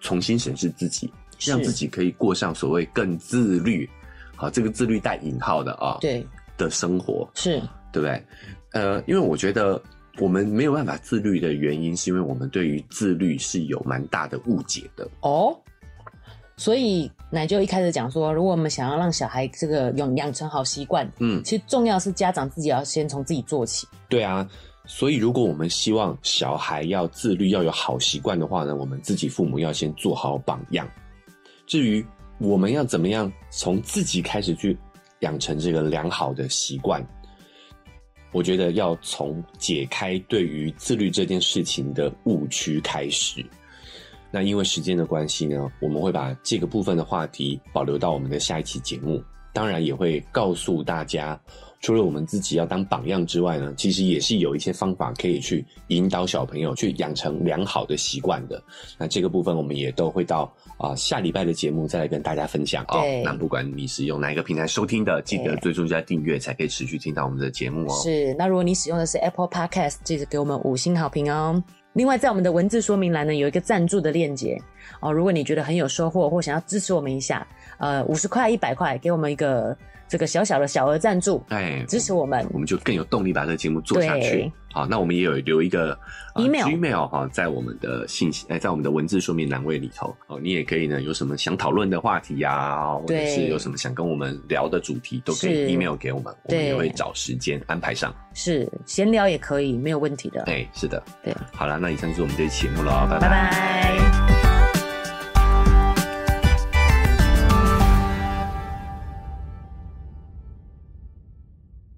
Speaker 2: 重新审视自己，
Speaker 1: 是
Speaker 2: 让自己可以过上所谓更自律，好，这个自律带引号的啊、
Speaker 1: 对，
Speaker 2: 的生活，
Speaker 1: 是
Speaker 2: 对不对？呃，因为我觉得我们没有办法自律的原因，是因为我们对于自律是有蛮大的误解的。
Speaker 1: 哦。所以奶就一开始讲说，如果我们想要让小孩这个养养成好习惯，
Speaker 2: 嗯，
Speaker 1: 其实重要是家长自己要先从自己做起。
Speaker 2: 对啊。所以，如果我们希望小孩要自律、要有好习惯的话呢，我们自己父母要先做好榜样。至于我们要怎么样从自己开始去养成这个良好的习惯，我觉得要从解开对于自律这件事情的误区开始。那因为时间的关系呢，我们会把这个部分的话题保留到我们的下一期节目。当然也会告诉大家，除了我们自己要当榜样之外呢，其实也是有一些方法可以去引导小朋友去养成良好的习惯的。那这个部分我们也都会到啊、下礼拜的节目再来跟大家分享哦
Speaker 1: 对。
Speaker 2: 那不管你是用哪一个平台收听的，记得
Speaker 1: 对
Speaker 2: 最终加订阅才可以持续听到我们的节目哦。
Speaker 1: 是，那如果你使用的是 Apple Podcast，记得给我们五星好评哦。另外，在我们的文字说明栏呢，有一个赞助的链接哦。如果你觉得很有收获，或想要支持我们一下，呃，五十块、一百块，给我们一个这个小小的小额赞助，
Speaker 2: 哎，
Speaker 1: 支持我们。
Speaker 2: 我们就更有动力把这个节目做下去
Speaker 1: 对。
Speaker 2: 好，那我们也有留一个、呃
Speaker 1: Email
Speaker 2: Gmail 哈、在我们的信息，哎，在我们的文字说明栏位里头哦，你也可以呢，有什么想讨论的话题呀、或者
Speaker 1: 对
Speaker 2: 是有什么想跟我们聊的主题，都可
Speaker 1: 是
Speaker 2: 以 Email 给我们，我们
Speaker 1: 对
Speaker 2: 也会找时间安排上。
Speaker 1: 是闲聊也可以，没有问题的。
Speaker 2: 哎，是的，
Speaker 1: 对，
Speaker 2: 好了，那以上就是我们这一期节目了，拜
Speaker 1: 拜拜